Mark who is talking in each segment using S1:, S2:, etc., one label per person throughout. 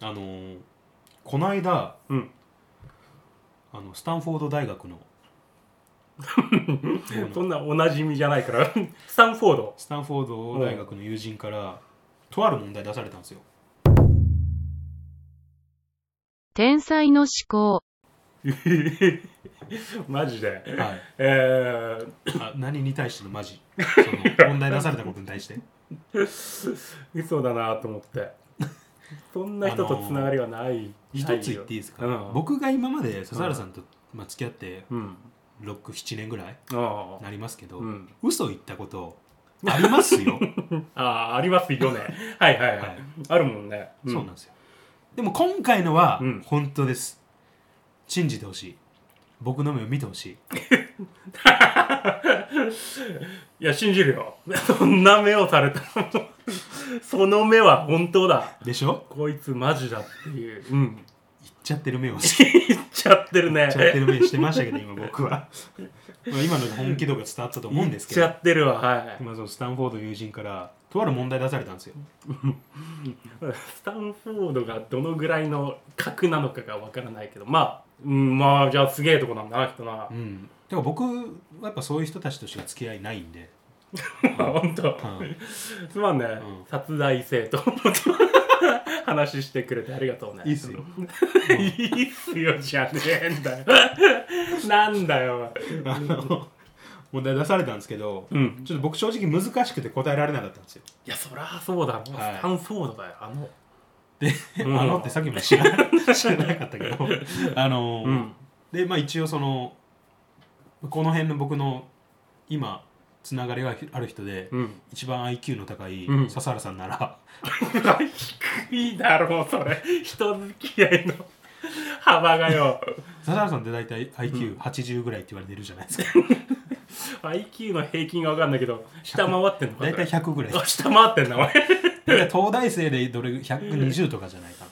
S1: あのーこの間、
S2: うん
S1: あのスタンフォード大学の僕
S2: そ
S1: の
S2: んなおなじみじゃないから スタンフォード
S1: スタンフォード大学の友人からとある問題出されたんですよ
S3: 天才の思考。
S2: マジで
S1: はい
S2: えー、
S1: あ何に対してのマ ジその問題出されたことに対して
S2: 嘘だなと思ってそんな人とつながりはない
S1: 一
S2: ないよ
S1: つ言っていいですか、
S2: うん
S1: 僕が今まで笹原さんと、まあ、付き合って
S2: うん
S1: 67年ぐらい
S2: ああ
S1: なりますけど、
S2: うん
S1: 嘘言ったことあります よ、
S2: ああありますよねはいはいはい、
S1: はい
S2: あるもんね、
S1: そうなん
S2: ん
S1: ですよでも今回のは
S2: うん
S1: 本当です、信じてほしい僕の目を見てほしい
S2: いや信じるよ そんな目をされた らもうその目は本当だ
S1: でしょ
S2: こいつマジだっていううん
S1: 言っちゃってる目をし
S2: 言っちゃってるね
S1: ちゃってる目してましたけど今僕 はまあ今ので本気度が伝わったと思うんですけ
S2: 言っ
S1: ど
S2: ちゃってるわはい
S1: 今そのスタンフォード友人からとある問題出されたんですよ
S2: スタンフォードがどのぐらいの格なのかがわからないけどまあ、うん、まあじゃあすげえとこなんだな人な
S1: う、んでも僕はやっぱそういう人たちとしか付き合いないんで、
S2: まあ 本当、
S1: うん
S2: すまんね、
S1: ん
S2: 殺害生と 話してくれてありがとうね
S1: いいっすよ
S2: いいっすよじゃねえんだよ なんだよ
S1: あの 問題出されたんですけど、
S2: うん
S1: ちょっと僕正直難しくて答えられなかったんですよ
S2: いやそりゃそうだろ、
S1: はい
S2: スタンフォードだよあの
S1: で、
S2: うん
S1: あのってさっきも知らな知らなかった けどあの、
S2: うん
S1: でまあ一応そのこの辺の僕の今つながりがある人で、
S2: うん
S1: 一番 IQ の高い
S2: うん
S1: 笹原さんなら、
S2: 低いだろそれ人付き合いの幅がよ
S1: 笹原さんって大体 IQ80 ぐらいって言われてるじゃないですか
S2: IQ の平均が分かんないけど下回ってんのか
S1: 大体100ぐらい
S2: あ下回ってんなお 前
S1: だから東大生でどれ120とかじゃないか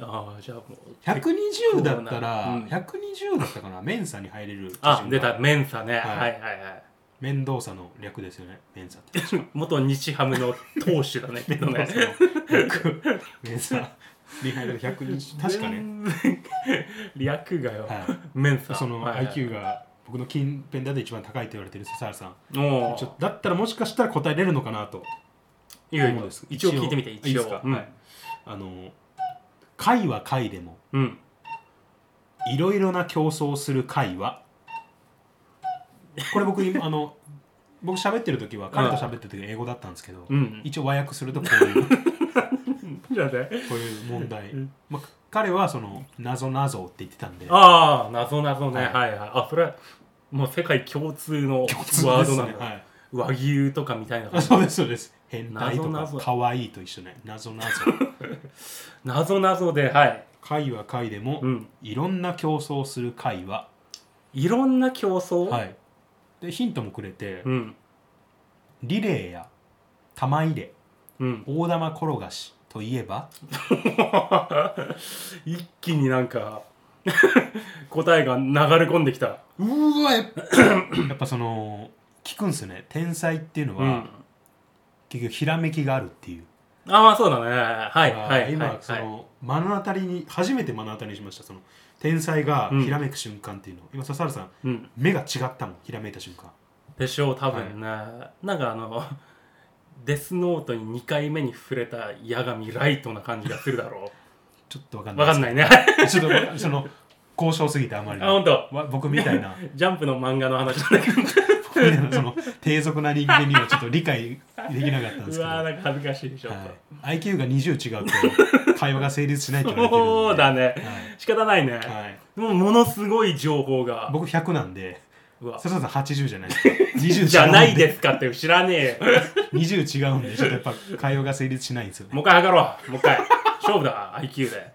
S2: ああじゃあもう
S1: な120だった
S2: う
S1: ら
S2: ん
S1: 120だったかなメンサに入れる基準が
S2: あ出たメンサね、
S1: い
S2: はい、はいはい
S1: 面倒さの略ですよねメンサって
S2: 元日ハムの投手 だねきっとね
S1: メンサに入れる120確かね、
S2: 全然略がよ、
S1: は
S2: メンサ
S1: い、その
S2: はいはい
S1: IQ が僕の近辺だと一番高いと言われてる笹原さん
S2: おー
S1: ちょだったらもしかしたら答えれるのかなと
S2: いいよいい
S1: 思うん
S2: よ
S1: です
S2: 一応聞いてみて一応
S1: いいですか
S2: うん、
S1: はいあの会は会でも
S2: うん
S1: いろいろな競争をする会はこれ僕今あの僕喋ってる時は彼と喋ってる時は英語だったんですけど、
S2: うん
S1: 一応和訳するとこういう こ
S2: じゃあね
S1: ういう問題、まあ、彼はその謎謎って言ってたんで
S2: ああ謎謎ね、
S1: はい
S2: はい、はいあそれはもう世界共通の
S1: 共通ですね
S2: ワードなの、
S1: はい
S2: 和牛とかみたいな
S1: あ
S2: 感じ
S1: そうですそうです変態とか
S2: 謎々
S1: 可愛いと一緒ね謎 謎
S2: 謎謎ではい
S1: 会は会でも、
S2: うん
S1: いろんな競争をする会はい
S2: ろんな競争、
S1: はいでヒントもくれて、
S2: うん
S1: リレーや玉入れ
S2: うん
S1: 大玉転がしといえば
S2: 一気になんか答えが流れ込んできた、
S1: うーわやっやっぱその聞くんすよね天才っていうのは、
S2: うん、
S1: 結局ひらめきがあるっていう、
S2: ああそうだねはいはいはい
S1: 今
S2: はい
S1: その、目の当たりに初めて目の当たりにしましたその天才がひらめく瞬間っていうの、今笹原さん
S2: うん、
S1: 目が違ったもんひらめいた瞬間
S2: でしょう多分ね、なんかあのデスノートに2回目に触れた矢神ライトな感じがするだろ
S1: ちょっとわかん
S2: う
S1: ない
S2: わかんないね
S1: ちょっとその交渉すぎてあまり
S2: あ本当
S1: わ僕みたいな
S2: ジャンプの漫画の話なんだけど
S1: 僕みたいなその低俗な人間にはちょっと理解できなかったんです
S2: う
S1: けど、
S2: わー
S1: は
S2: なんか恥ずかしいでしょ、
S1: い、IQ が20違うと会話が成立しないって言われてるんで
S2: そうだね、
S1: はい
S2: 仕方ないね、
S1: はい、
S2: もうものすごい情報が
S1: 僕100なんで
S2: うわ
S1: 笹田さん80じゃないですか 20
S2: じゃない
S1: で
S2: ですかって知らねえよ
S1: 20違うんでちょっとやっぱ会話が成立しないんですよね
S2: もう一回測ろう。もう一回。勝負だ、IQ で。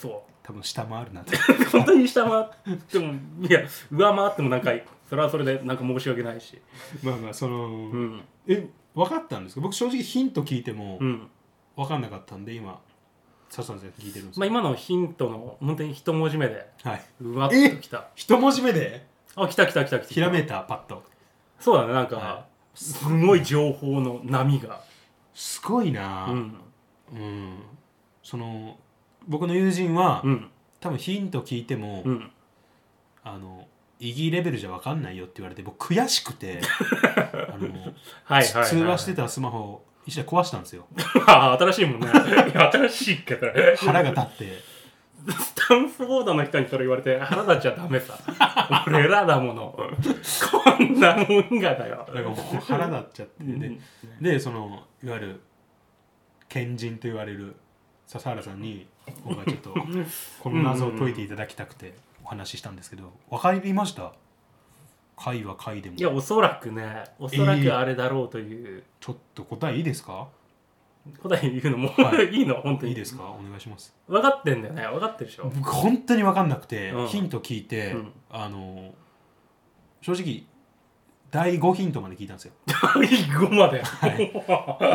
S2: そ
S1: 多分下回る なって
S2: う。本当に下回っても、いや、上回ってもなんか、それはそれでなんか申し訳ないし。
S1: まあまあその、
S2: うん。
S1: え分かったんですけど僕正直ヒント聞いても
S2: うん。
S1: 分かんなかったんで今笹田さん聞いてるんです
S2: まあ今のヒントの、本当に一文字目で、
S1: はいう
S2: わっときた。
S1: 一文字目で
S2: あ、来た来た来た来た。
S1: ひらめいたパッと
S2: そうだね、なんか、
S1: は
S2: すごい情報の波が。
S1: すごいな
S2: う
S1: うん、
S2: ん。
S1: その僕の友人は、
S2: うん
S1: 多分ヒント聞いても、
S2: うん
S1: あの意義レベルじゃ分かんないよって言われて僕悔しく てあの、
S2: はいはいはい、
S1: 通話してたスマホを一台壊したんです よ
S2: ああ新しいもんねいや新しいけど
S1: 腹が立って
S2: スタンフォードの人にそれ言われて腹立っちゃダメさ俺らだものこんなもんがだよ
S1: なんかもう腹立っちゃって
S2: うん
S1: ででそのいわゆる賢人と言われる笹原さんに僕はちょっ とこの謎を解いていただきたくてお話ししたんですけど分かりました回は回でも
S2: い
S1: ち
S2: やおそらくねおそら
S1: ええ
S2: くあれだろうという、
S1: ょっと答えいいですか
S2: 答え言うのも、
S1: はい
S2: い、いの本当に
S1: いいですかお願いします
S2: 分かってんだよね分かってるでしょ
S1: 僕本当に分かんなくて、
S2: うん
S1: ヒント聞いて、
S2: うん
S1: あの正直第5ヒントまで聞いたんですよ
S2: 第5まで、
S1: で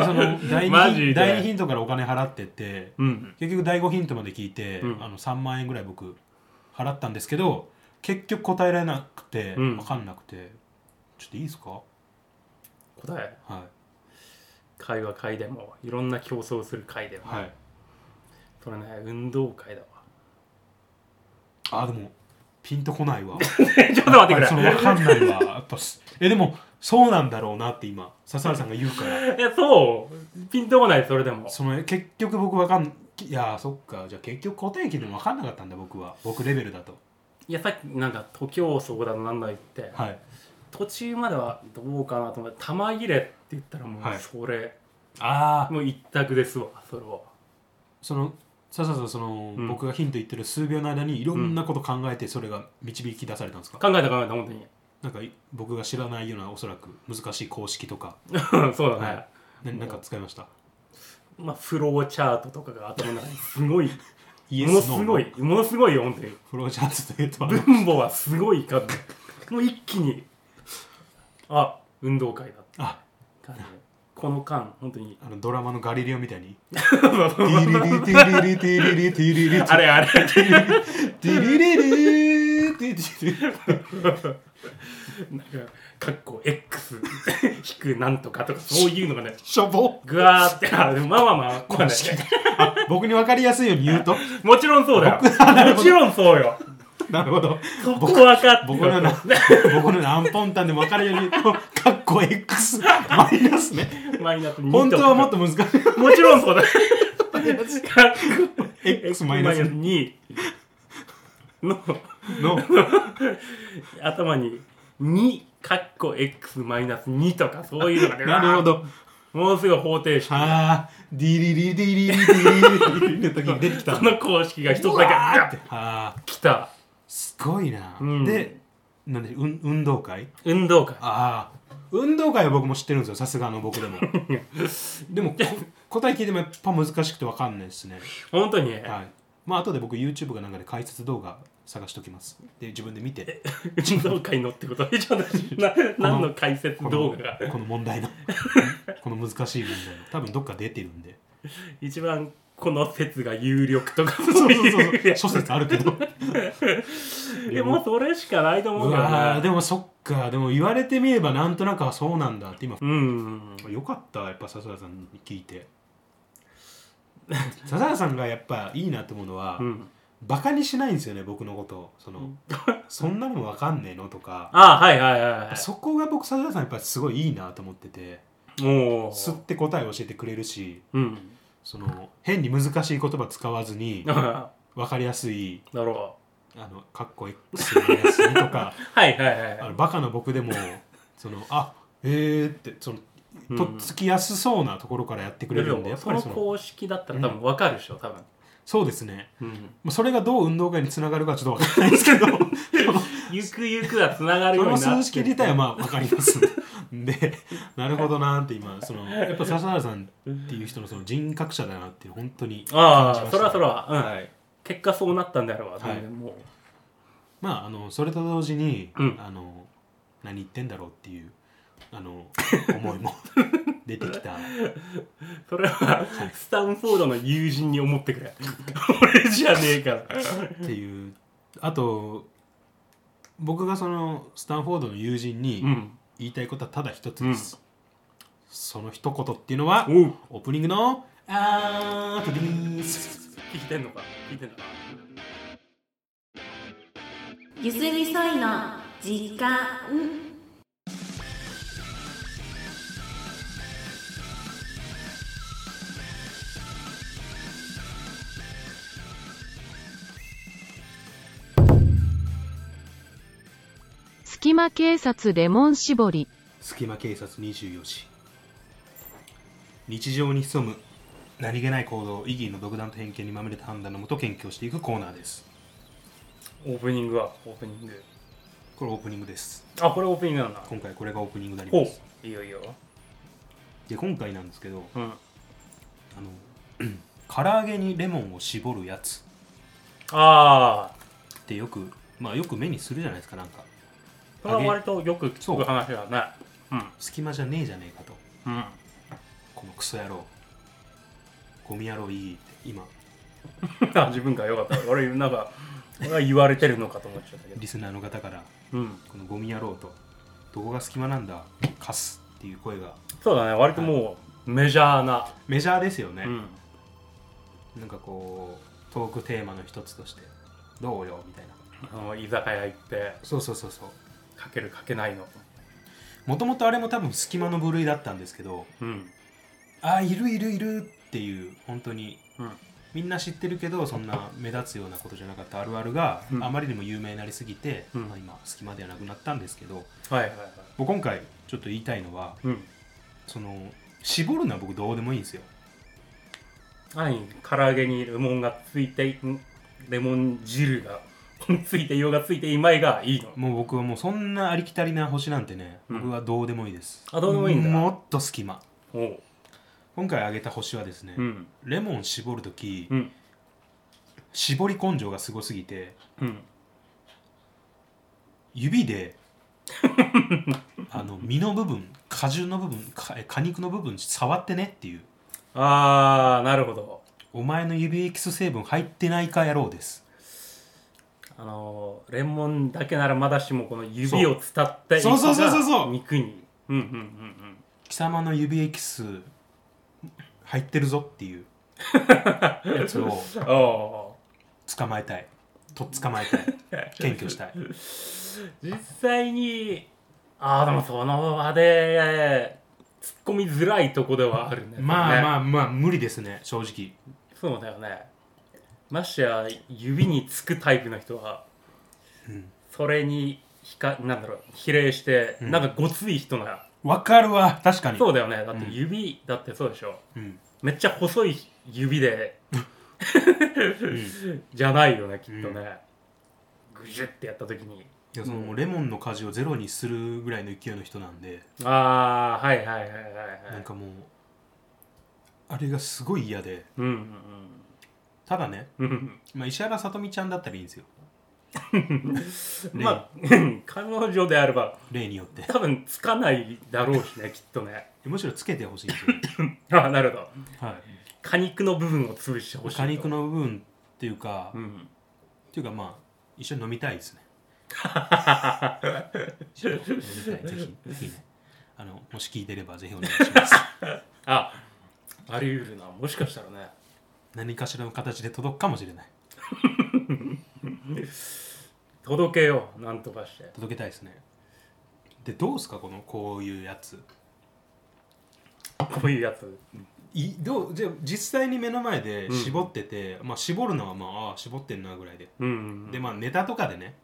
S1: その第
S2: マジ
S1: 2,
S2: で
S1: 第二ヒントからお金払ってって
S2: うん
S1: 結局第5ヒントまで聞いて、
S2: うん
S1: あの3万円ぐらい僕払ったんですけど結局答えられなくて、
S2: うん
S1: 分かんなくてちょっといいですか
S2: 答え
S1: は
S2: 会話会でもいろんな競争する会で
S1: い、
S2: も、
S1: はい、
S2: それね運動会だわ
S1: あでもピンとこないわ
S2: ちょっと 待ってくれ
S1: その分かんないわやっぱすえでもそうなんだろうなって今笹原さんが言うから
S2: えそうピンとこないそれでも
S1: その結局僕わかんいやーそっかじゃあ結局固定機でもわかんなかったんだ僕は僕レベルだと
S2: いやさっきなんか徒競走だのなんだ言って、
S1: はい
S2: 途中まではどうかなと思って玉切れって言ったらも
S1: はいう
S2: それ、
S1: ああ
S2: もう一択ですわそれは
S1: そのさささその、
S2: うん
S1: 僕がヒント言ってる数秒の間にいろんなこと考えてそれが導き出されたんですか、
S2: 考えた考えた本当に
S1: なんかい僕が知らないようなおそらく難しい公式とか
S2: そうだね、
S1: はいななんか使いました
S2: まあフローチャートとかが頭の中にすごい
S1: イ
S2: ものすご
S1: ノ
S2: いものすごいよ本当に
S1: ーフローチャートというとあの
S2: 分母はすごい数もう一気にあ運動会だって
S1: あ
S2: 感じでこの間本 当に
S1: あのドラマのガリレオみたいに「ティリリティリリティリリティリリテ
S2: あれあれ
S1: ィリリリリティリリリ
S2: なんかかっこ X 引くなんとかとかそういうのがね
S1: しょぼ
S2: ぐわーってあでもまあまあまあまあね
S1: 僕に分かりやすいように言うと
S2: もちろんそうだよ。もちろんそうよ。
S1: なるほど
S2: そこ
S1: 僕
S2: 分かって
S1: 僕のな僕の何ポンタンでも分かるように言うとかっこ X マイナスね
S2: マイナス2と
S1: 本当はもっと難しい
S2: もちろんそうだよ。
S1: X マイナス
S2: 2の
S1: の
S2: 頭に2かっこ X マイナス2とかそういうのがね
S1: なるほど
S2: ものすごい方程式
S1: はあディリリディリリディリリディリの時に出てきた
S2: そ
S1: んだ
S2: の公式が一つだけ
S1: うわー
S2: ガ
S1: ってはあ
S2: ッ来た
S1: すごいな、
S2: うん
S1: でなんで運運動会
S2: 運動会
S1: ああ運動会は僕も知ってるんですよさすがの僕でもでもこ答え聞いてもやっぱ難しくて分かんないですね
S2: 本当に
S1: はい。まあ後で僕 YouTube がなんかで解説動画探しておきます。で自分で見て
S2: 運動会のってことちょっとな何の解説
S1: この
S2: 動画が
S1: この問題 のこの難しい問題の多分どっか出てるんで。
S2: 一番この説が有力とか
S1: そ
S2: そうう
S1: そうそう
S2: いうやつ
S1: 諸説あるけど。
S2: でもうそれしかないと思
S1: う
S2: うから
S1: わー
S2: ね
S1: でもそっかでも言われてみればなんとなくはそうなんだって今。
S2: うん
S1: よかったやっぱ笹田さんに聞い て。笹田さんがやっぱいいなと思うのは、
S2: うん
S1: バカにしないんですよね僕のことをそのそんなのわかんねえのとか
S2: あはいはいはいは
S1: そこが僕笹田さんやっぱすごいいいなと思ってて
S2: いも
S1: すって答えを教えてくれるし
S2: ううん
S1: その変に難しい言葉使わずに
S2: だか
S1: 分かりやすい
S2: らだろ
S1: 「あのかっこ X のやつね」と か
S2: うはいはい
S1: あ
S2: は
S1: のバカな僕でもその「あえー」ってその
S2: うん
S1: とっつきやすそうなところからやってく
S2: い
S1: れ
S2: で
S1: るんで
S2: も
S1: やっぱ
S2: そ
S1: り
S2: の
S1: その
S2: 公式だったら多分わかるでしょ多分
S1: そうですね
S2: うん
S1: まあそれがどう運動会につながるかちょっと分からないですけど その
S2: ゆくゆくはつながる
S1: そ
S2: ようにな
S1: の
S2: って
S1: 数式自体はまあ分かりますんで なるほどなーって今そのやっぱ笹原さんっていう人のその人格者だなっていう本当に感じ
S2: あ
S1: ま
S2: あ
S1: した
S2: そらそらうん、
S1: はい
S2: 結果そうなったんであれば
S1: はい
S2: 全然もう、
S1: まあ、あのそれと同時に、
S2: うん
S1: あの何言ってんだろうっていうあの思い も出てきた
S2: それはスタンフォードの友人に思ってくれ 俺じゃねえから
S1: っていうあと僕がそのスタンフォードの友人
S2: う
S1: に
S2: ん
S1: 言いたいことはただ一つです、その一言っていうのは
S2: おう
S1: オープニングの「アートです」
S2: 聞いてんのか聞いてんのか
S4: ゆすりそいの時間
S3: 隙間警察レモン絞り。
S1: 隙間警察24時日常に潜む何気ない行動意義の独断と偏見にまみれた判断のもと研究をしていくコーナーです
S2: オープニングはオープニング
S1: これオープニングです
S2: あこれオープニングなんだ
S1: 今回これがオープニングになり
S2: ほ
S1: ます
S2: ういいよいいよ
S1: で今回なんですけど
S2: うん
S1: あの 唐揚げにレモンを絞るやつ
S2: ああ
S1: ってよくまあよく目にするじゃないですかなんか
S2: これは割とよく聞く話だね
S1: 隙間じゃねえじゃねえかと
S2: うんうん
S1: このクソ野郎ゴミ野郎いいって今
S2: あ 自分が良かった俺なんか俺は言われてるのかと思っちゃったけど
S1: リスナーの方から
S2: うん
S1: このゴミ野郎とどこが隙間なんだカスっていう声が
S2: そうだね割ともうメジャーな
S1: メジャーですよね、
S2: うん
S1: なんかこうトークテーマの一つとしてどうよみたいな
S2: あの居酒屋行って
S1: そうそうそうそう
S2: かけるかけないの
S1: もともとあれも多分隙間の部類だったんですけど
S2: うん
S1: ああいるいるいるっていう本当に
S2: うん
S1: みんな知ってるけどそんな目立つようなことじゃなかったあるあるが、
S2: うん
S1: あまりにも有名になりすぎて、
S2: うん
S1: まあ、今隙間ではなくなったんですけど
S2: はいはいはい
S1: 僕今回ちょっと言いたいのは
S2: うん
S1: その絞るのは僕どうでもいいんですよ
S2: はい唐揚げにレモンがついてんレモン汁が ついてようがついていまいがいいの
S1: もう僕はもうそんなありきたりな星なんてね、
S2: うん
S1: 僕はどうでもいいです
S2: あどうでもいいんだ
S1: もっと隙間
S2: おう
S1: 今回挙げた星はですね、
S2: うん
S1: レモン絞るとき、
S2: うん
S1: 絞り根性がすごすぎて
S2: うん
S1: 指であの身の部分果汁の部分かえ果肉の部分触ってねっていう
S2: ああなるほど
S1: お前の指エキス成分入ってないか野郎です
S2: あのーレモンだけならまだしもこの指を伝って
S1: そうそうそうそうそうそう
S2: 肉にうんうんうんうん
S1: 貴様の指エキス入ってるぞっていうやつを
S2: ああ
S1: 捕まえたいとっ捕まえたい検挙したい
S2: 実際にああでもその場で突っ込みづらいとこではあるね
S1: まあま
S2: あ
S1: あまあ無理ですね正直
S2: そうだよねましてや指につくタイプの人は、
S1: うん
S2: それにひかなんだろう比例して、
S1: うん
S2: なんかごつい人なら
S1: わかるわ確かに
S2: そうだよねだって
S1: うん
S2: 指、だってそうでしょ
S1: うん
S2: めっちゃ細い指で
S1: うん
S2: じゃないよねきっとね、ぐじゅってやった時に
S1: いやそのもうレモンの果汁をゼロにするぐらいの勢いの人なんで、
S2: ああはいはいはいはいは
S1: なん
S2: い
S1: かもうあれがすごい嫌で
S2: うん
S1: ただね、
S2: うんうん
S1: まあ、石原さとみちゃんだったらいいんですよ
S2: まあ彼女であれば
S1: 例によって
S2: 多分つかないだろうしねきっとね
S1: むしろつけてほしいんですよ、
S2: ああなるほど
S1: は
S2: 果肉の部分を潰してほ
S1: い、
S2: しい
S1: 果肉
S2: の
S1: の部分っていうか、
S2: う
S1: っ
S2: ん
S1: ていうかまあ一緒に飲みたいですね一緒に飲みたいぜひぜひねあのもし聞いてればぜひお願いします
S2: ああり得るなもしかしたらね
S1: 何かしらの形で届くかもしれない
S2: 届けようなんとかして
S1: 届けたいですねでどうすかこのこういうやつ
S2: こういうやつ
S1: いどうじゃあ実際に目の前で絞ってて、まあ絞るのはまあああ絞ってんなぐらいで、
S2: うんうん
S1: でまあネタとかでね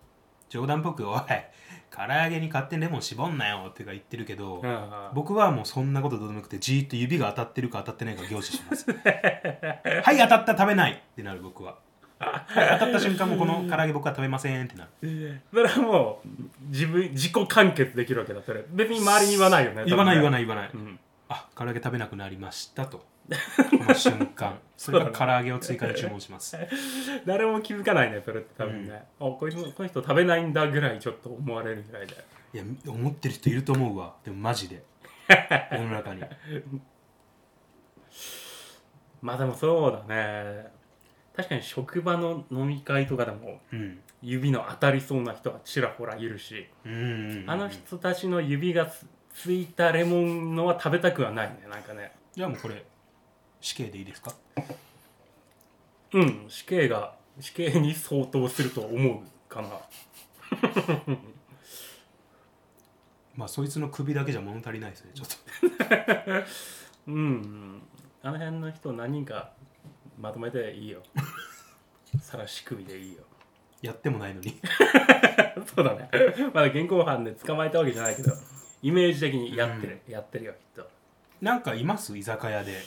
S1: 冗談っぽく「おい 唐揚げに勝手にレモン絞んなよ」ってか言ってるけど、
S2: あ
S1: 僕はもうそんなことどうでもよくてじーっと指が当たってるか当たってないか凝視しますはい当たった食べないってなる僕は当たった瞬間もこの唐揚げ僕は食べませんってなる
S2: それはもう自分自己完結できるわけだそれ別に周りに言わないよね
S1: 言わない言わ
S2: な
S1: ない
S2: い、
S1: 言わない、
S2: うん、
S1: あ唐揚げ食べなくなりましたとこの瞬間それから唐揚げを追加で注文します
S2: 誰も気づかないねそれって多分ね、あこいつこの人食べないんだぐらいちょっと思われるぐらいで
S1: いや思ってる人いると思うわでもマジで世の中に
S2: まあでもそうだね確かに職場の飲み会とかでも
S1: うん
S2: 指の当たりそうな人はちらほらいるし、
S1: うんうんうん
S2: あの人たちの指がつついたレモンのは食べたくはないねなんかね
S1: じゃあもうこれ死刑でいいですか
S2: うん死刑が死刑に相当すると思うかな
S1: まあそいつの首だけじゃ物足りないですねちょっと
S2: うんあの辺の人何人かまとめていい よさらし首でいいよ
S1: やってもないのに
S2: そうだねまだ現行犯で捕まえたわけじゃないけどイメージ的にやってる、やってるよきっ
S1: なんかいます居酒屋で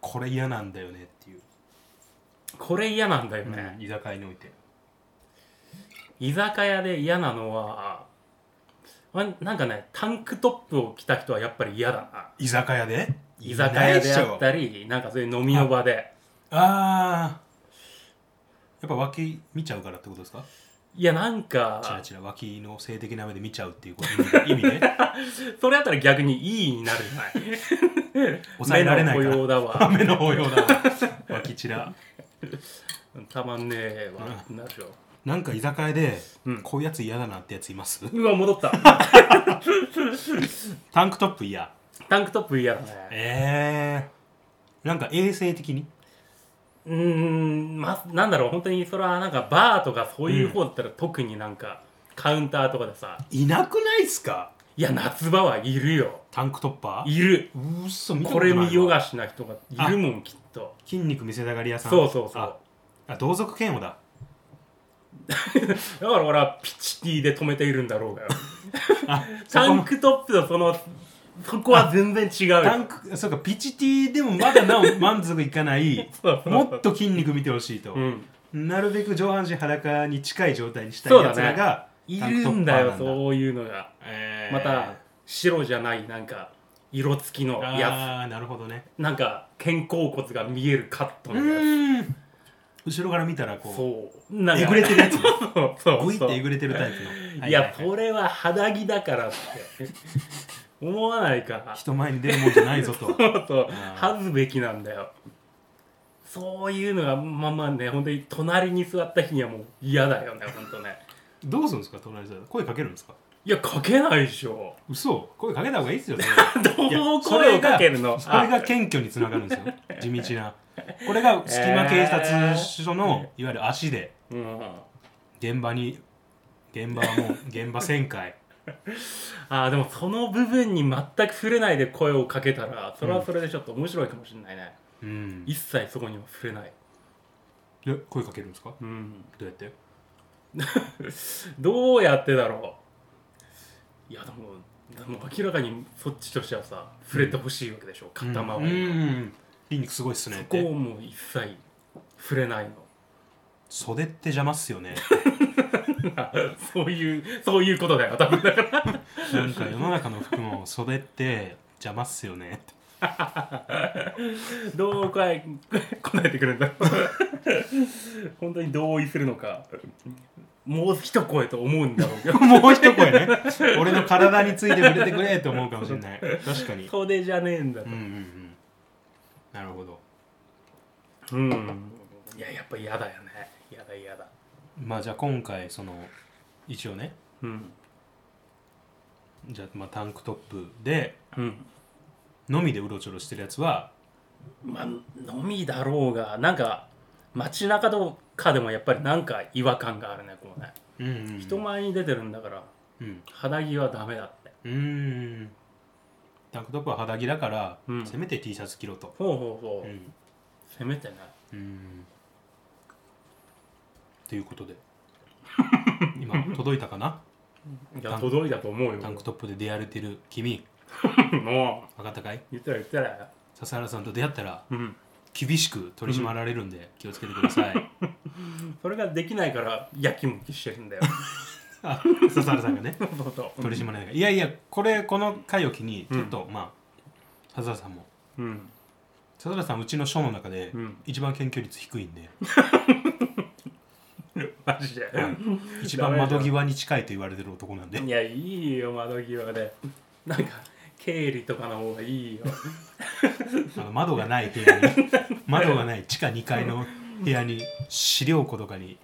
S1: これ嫌なんだよねっていう、
S2: とこれ嫌なんだよね、
S1: うん居酒屋において
S2: 居酒屋で嫌なのはまなんかねタンクトップを着た人はやっぱり嫌だな
S1: 居酒屋で
S2: 居酒屋であっ
S1: いないした
S2: りなんかそういう飲みの場で
S1: ょあーやっぱ脇見ちゃうからってことですか
S2: いやなん
S1: チラ
S2: か
S1: チラ脇の性的な目で見ちゃうっていうこと意味意味ね
S2: それやったら逆にいいになる じゃない
S1: 抑えられないか
S2: 目
S1: ら
S2: の保養だ わ
S1: 目の保養だわ脇チラ
S2: たまんねえわ、なるよ
S1: なんか居酒屋で、
S2: うん
S1: こういうやつ嫌だなってやついます
S2: うわ戻った
S1: タンクトップ嫌
S2: タンクトップ嫌だね
S1: えー、なんか衛生的に
S2: うーんまあなんだろう本当にそれはなんかバーとかそういう方だったら特になんか、カウンターとかでさ
S1: いなくないっすか
S2: いや夏場はいるよ
S1: タンクトッパー
S2: いる
S1: うっそ見た
S2: こ
S1: ことな
S2: れ
S1: いな
S2: 見よがしな人がいるもんきっと
S1: 筋肉見せたがり屋さん
S2: そうそうそう
S1: ああ同族嫌悪だ
S2: だから俺はピチティで止めているんだろうがよ
S1: あそ
S2: タ
S1: こ
S2: ン
S1: の
S2: クトップとそのそこは全然違う
S1: タ
S2: よ
S1: ンクそうかピチティでもまだ なお満足いかない
S2: そうそう
S1: もっと筋肉見てほしいと、
S2: うん
S1: なるべく上半身裸に近い状態にした
S2: そう
S1: い
S2: だ
S1: や
S2: ね
S1: つらが、
S2: いるんだよ
S1: タンクトッパーなん
S2: そういうのが
S1: えー
S2: また白じゃないなんか色付きのや
S1: ああなるほどね
S2: つなんか肩甲骨が見えるカット
S1: う
S2: のや
S1: ーん後ろから見たら
S2: つ
S1: こ
S2: そう
S1: う
S2: なんか
S1: えぐれてるやつ
S2: そうそう
S1: グイっ
S2: そう
S1: てえぐれてるタイプのはいは
S2: や
S1: は
S2: これは肌着だからって思わないから
S1: 人前に出るもんじゃないぞ と
S2: そうそう
S1: あー
S2: 恥ずべきなんだよそういうのがまあまあね本当に隣に座った日にはもう嫌だよね本当ね
S1: どうするんですか隣さん声かけるんですか
S2: いやかけないでしょ
S1: 嘘声かけた方がいいですよそれ い
S2: ど
S1: や
S2: う
S1: それ
S2: 声を
S1: が
S2: かけるの
S1: それが謙虚につながるんですよ地道なこれが隙間警察署のいわゆる足で
S2: あうん
S1: 現場に現場はもう現場旋回
S2: あーでもその部分に全く触れないで声をかけたらそれはそれでちょっと面白いかもしれないね、
S1: うん
S2: 一切そこには触れない、
S1: で声かけるんですかど
S2: うん、
S1: うやって
S2: どうやってだろういやでもでも明らかにそっちとしてはさ触れてほしいわけでしょ肩
S1: うん
S2: 周
S1: う
S2: りの、
S1: ん筋肉すごいっすねっ
S2: そ
S1: て
S2: こをもう一切触れないの
S1: 袖って邪魔っすよね
S2: そういうそういうことだよ多分だから
S1: なんか世の中の服も袖って邪魔っすよね
S2: どう答え答えてくれるんだ本当に同意するのかもう一声と思うんだろうけど
S1: もう一声ね俺の体について触れてくれって思うかもしれない確かに
S2: 袖じゃねえんだ
S1: うんうんうんなるほど
S2: うんいややっぱ嫌だよね嫌だ嫌だ
S1: まあじゃあ今回その一応ね
S2: うん
S1: じゃあまあタンクトップで
S2: うん
S1: のみでうろちょろしてるやつは
S2: まあのみだろうがなんか街中とかでもやっぱりなんか違和感があるねこうね
S1: うんうんうん
S2: 人前に出てるんだから
S1: うん
S2: 肌着はダメだって
S1: うーんタンクトップは肌着だから、
S2: うん
S1: せめて T シャツ着ろと
S2: ほうほうほ
S1: う
S2: う、
S1: ん
S2: せめてね
S1: うんということで今届いたかないタ
S2: や
S1: ン
S2: 届いたと思うよ
S1: タンクトップで出歩いてる君
S2: もう
S1: 分かったかい
S2: 言ったら言ったら
S1: 笹原さんと出会ったら
S2: うん
S1: 厳しく取り締まられるんで気をつけてください、
S2: それができないからやきもきしてる んだよ
S1: あ笹原さんがね
S2: そうそう
S1: 取り締まらないからいやいやこれこの回を機にちょっと、まあ笹原さんも
S2: うん
S1: 笹原さんうちの署の中で
S2: うん
S1: 一番検挙率低いん で、
S2: マジで
S1: 一番窓際に近いと言われてる男なんで
S2: いやいいよ窓際でなんか経理とかの方がいいよ
S1: あの窓がない部屋 に窓がない地下2階の部屋に資料庫とかに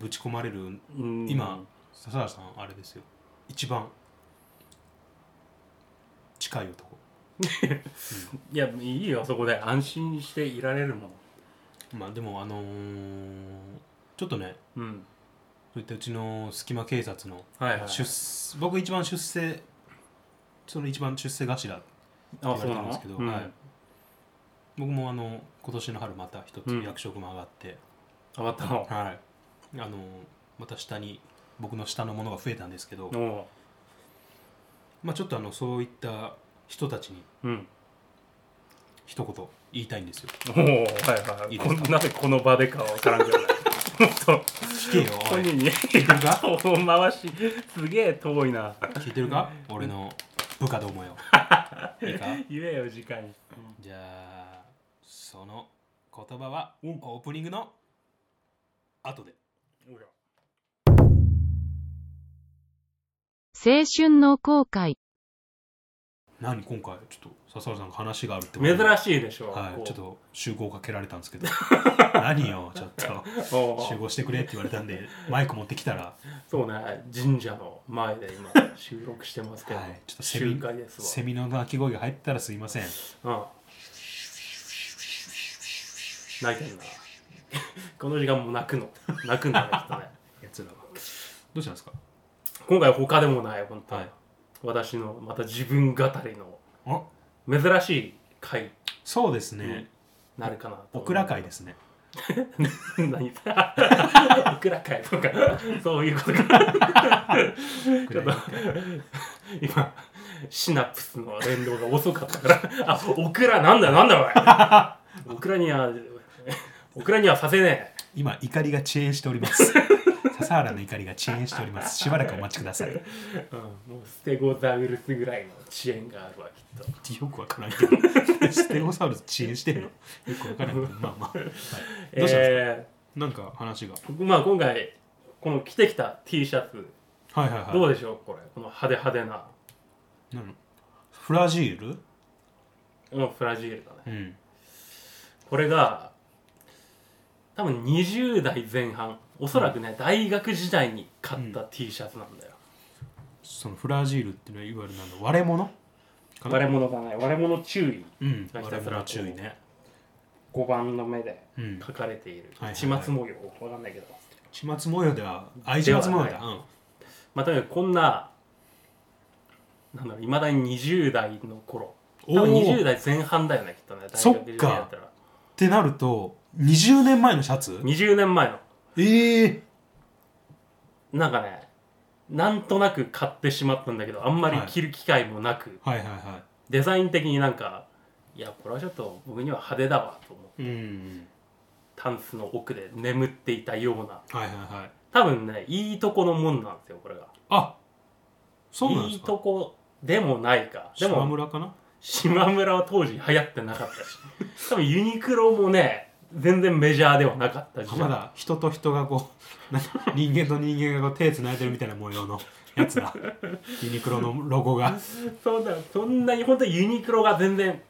S1: ぶち込まれる
S2: うん
S1: 今笹原さんあれですよ一番近い男
S2: いやいいよそこで安心していられるもん
S1: まあでもあのーちょっとね
S2: うん
S1: そういったうちの隙間警察の
S2: はいはい
S1: 出世僕一番出世その一番出世頭
S2: あ
S1: って
S2: そう
S1: 言われたんで
S2: なんですす
S1: け
S2: け
S1: ど
S2: ど、
S1: はい僕もあの今年の春また一
S2: う
S1: つ
S2: ん
S1: 役職も上がって、
S2: あまたの
S1: はいあのーまた下に僕の下のものが増えたんですけど、
S2: お
S1: まあ、ちょっとあのそういった人たちに
S2: ううん
S1: 一言言いたいんですよ
S2: おおはいはい
S1: いいで
S2: こ
S1: す
S2: ん
S1: か
S2: なぜこの場でかは分からんけ どねほんと
S1: 聞けよお
S2: 本
S1: い
S2: 人に
S1: 聞いてるか
S2: 顔回しすげえ遠いな
S1: 聞いてるか俺の部下ども よいいか
S2: 言えよ次回
S1: じゃあその言葉はオープニングの後で
S3: 青春の後悔。
S1: 何今回ちょっと笹原さんが話があるってことで
S2: 珍しいでしょ
S1: はい
S2: こう
S1: ちょっと集合かけられたんですけ ど何よちょっと
S2: おー
S1: 集合してくれって言われたんでマイク持ってきたら、
S2: そうね神社の前で 今収録してますけど、
S1: はい、ちょっとセ
S2: 集
S1: ミ
S2: 会です
S1: セミの鳴き声が入ったらすいません
S2: わうん泣いてるな この時間も泣くの泣くんだねきっとね
S1: やつらはどうしたんですか
S2: 今回他でもない本当、
S1: はい
S2: 私のまた自分語りの
S1: あ
S2: 珍しい回に
S1: そうですね、
S2: なるかなと
S1: オクラ会ですね
S2: 何 さオクラ会とかそういうこと かちょっと今シナプスの連動が遅かったからあオクラなんだなんだおいオクラにはオクラにはさせねえ
S1: 今怒りが遅延しております 笹原の怒りが遅延しておりますしばらくお待ちください
S2: うん、もうステゴザウルスぐらいの遅延があるわきっと
S1: よくわからんけど ステゴサウルス遅延してんのよくわからんけどまあまあ、はいどうしたんですか、
S2: え
S1: なんか話が
S2: ーまあ今回この着てきた T シャツ、
S1: はいはいはい
S2: どうでしょうこれこの派手派手な
S1: なのフラジール
S2: うんフラジールだね
S1: うん
S2: これが多分20代前半おそらくね、大学時代に買った T シャツなんだよ、
S1: そのフラジールっていうのはいわゆるなんだ割れ物かな
S2: 割れ物がない割れ物注意
S1: うん割
S2: 割
S1: れ
S2: れ
S1: 物
S2: 物
S1: 注意ね
S2: 5番の目で
S1: うん
S2: 書かれている、
S1: はいはいはい
S2: 市松模様わかんないけど
S1: 始末模様では愛始末模様
S2: で
S1: だ、
S2: は
S1: うん、
S2: またねこんななんだろういまだに20代の頃
S1: おー
S2: 多分20代前半だよねきっとね大
S1: そっ
S2: 学
S1: か
S2: 時代だったら
S1: ってなると20年前のシャツ
S2: 20年前の
S1: ええ
S2: なんかねなんとなく買ってしまったんだけどあんまり着る機会もなく、
S1: はいはいは
S2: デザイン的になんかいやこれはちょっと僕には派手だわと思う
S1: いうん
S2: タンスの奥で眠っていたような
S1: はいはいはい
S2: 多分ねいいとこのもんなんですよこれが
S1: あそうなんで
S2: い
S1: す
S2: い
S1: か
S2: とこでもないかで
S1: 島
S2: も
S1: 村かな
S2: 島村は当時流行ってなかったし 多分ユニクロもね全然メジャーではなかった時
S1: ま
S2: 代
S1: だ人と人がこ うなんか人間と人間がこう手つないでるみたいな模様のやつだユニクロのロゴが
S2: そうだそんなに本当にユニクロが全然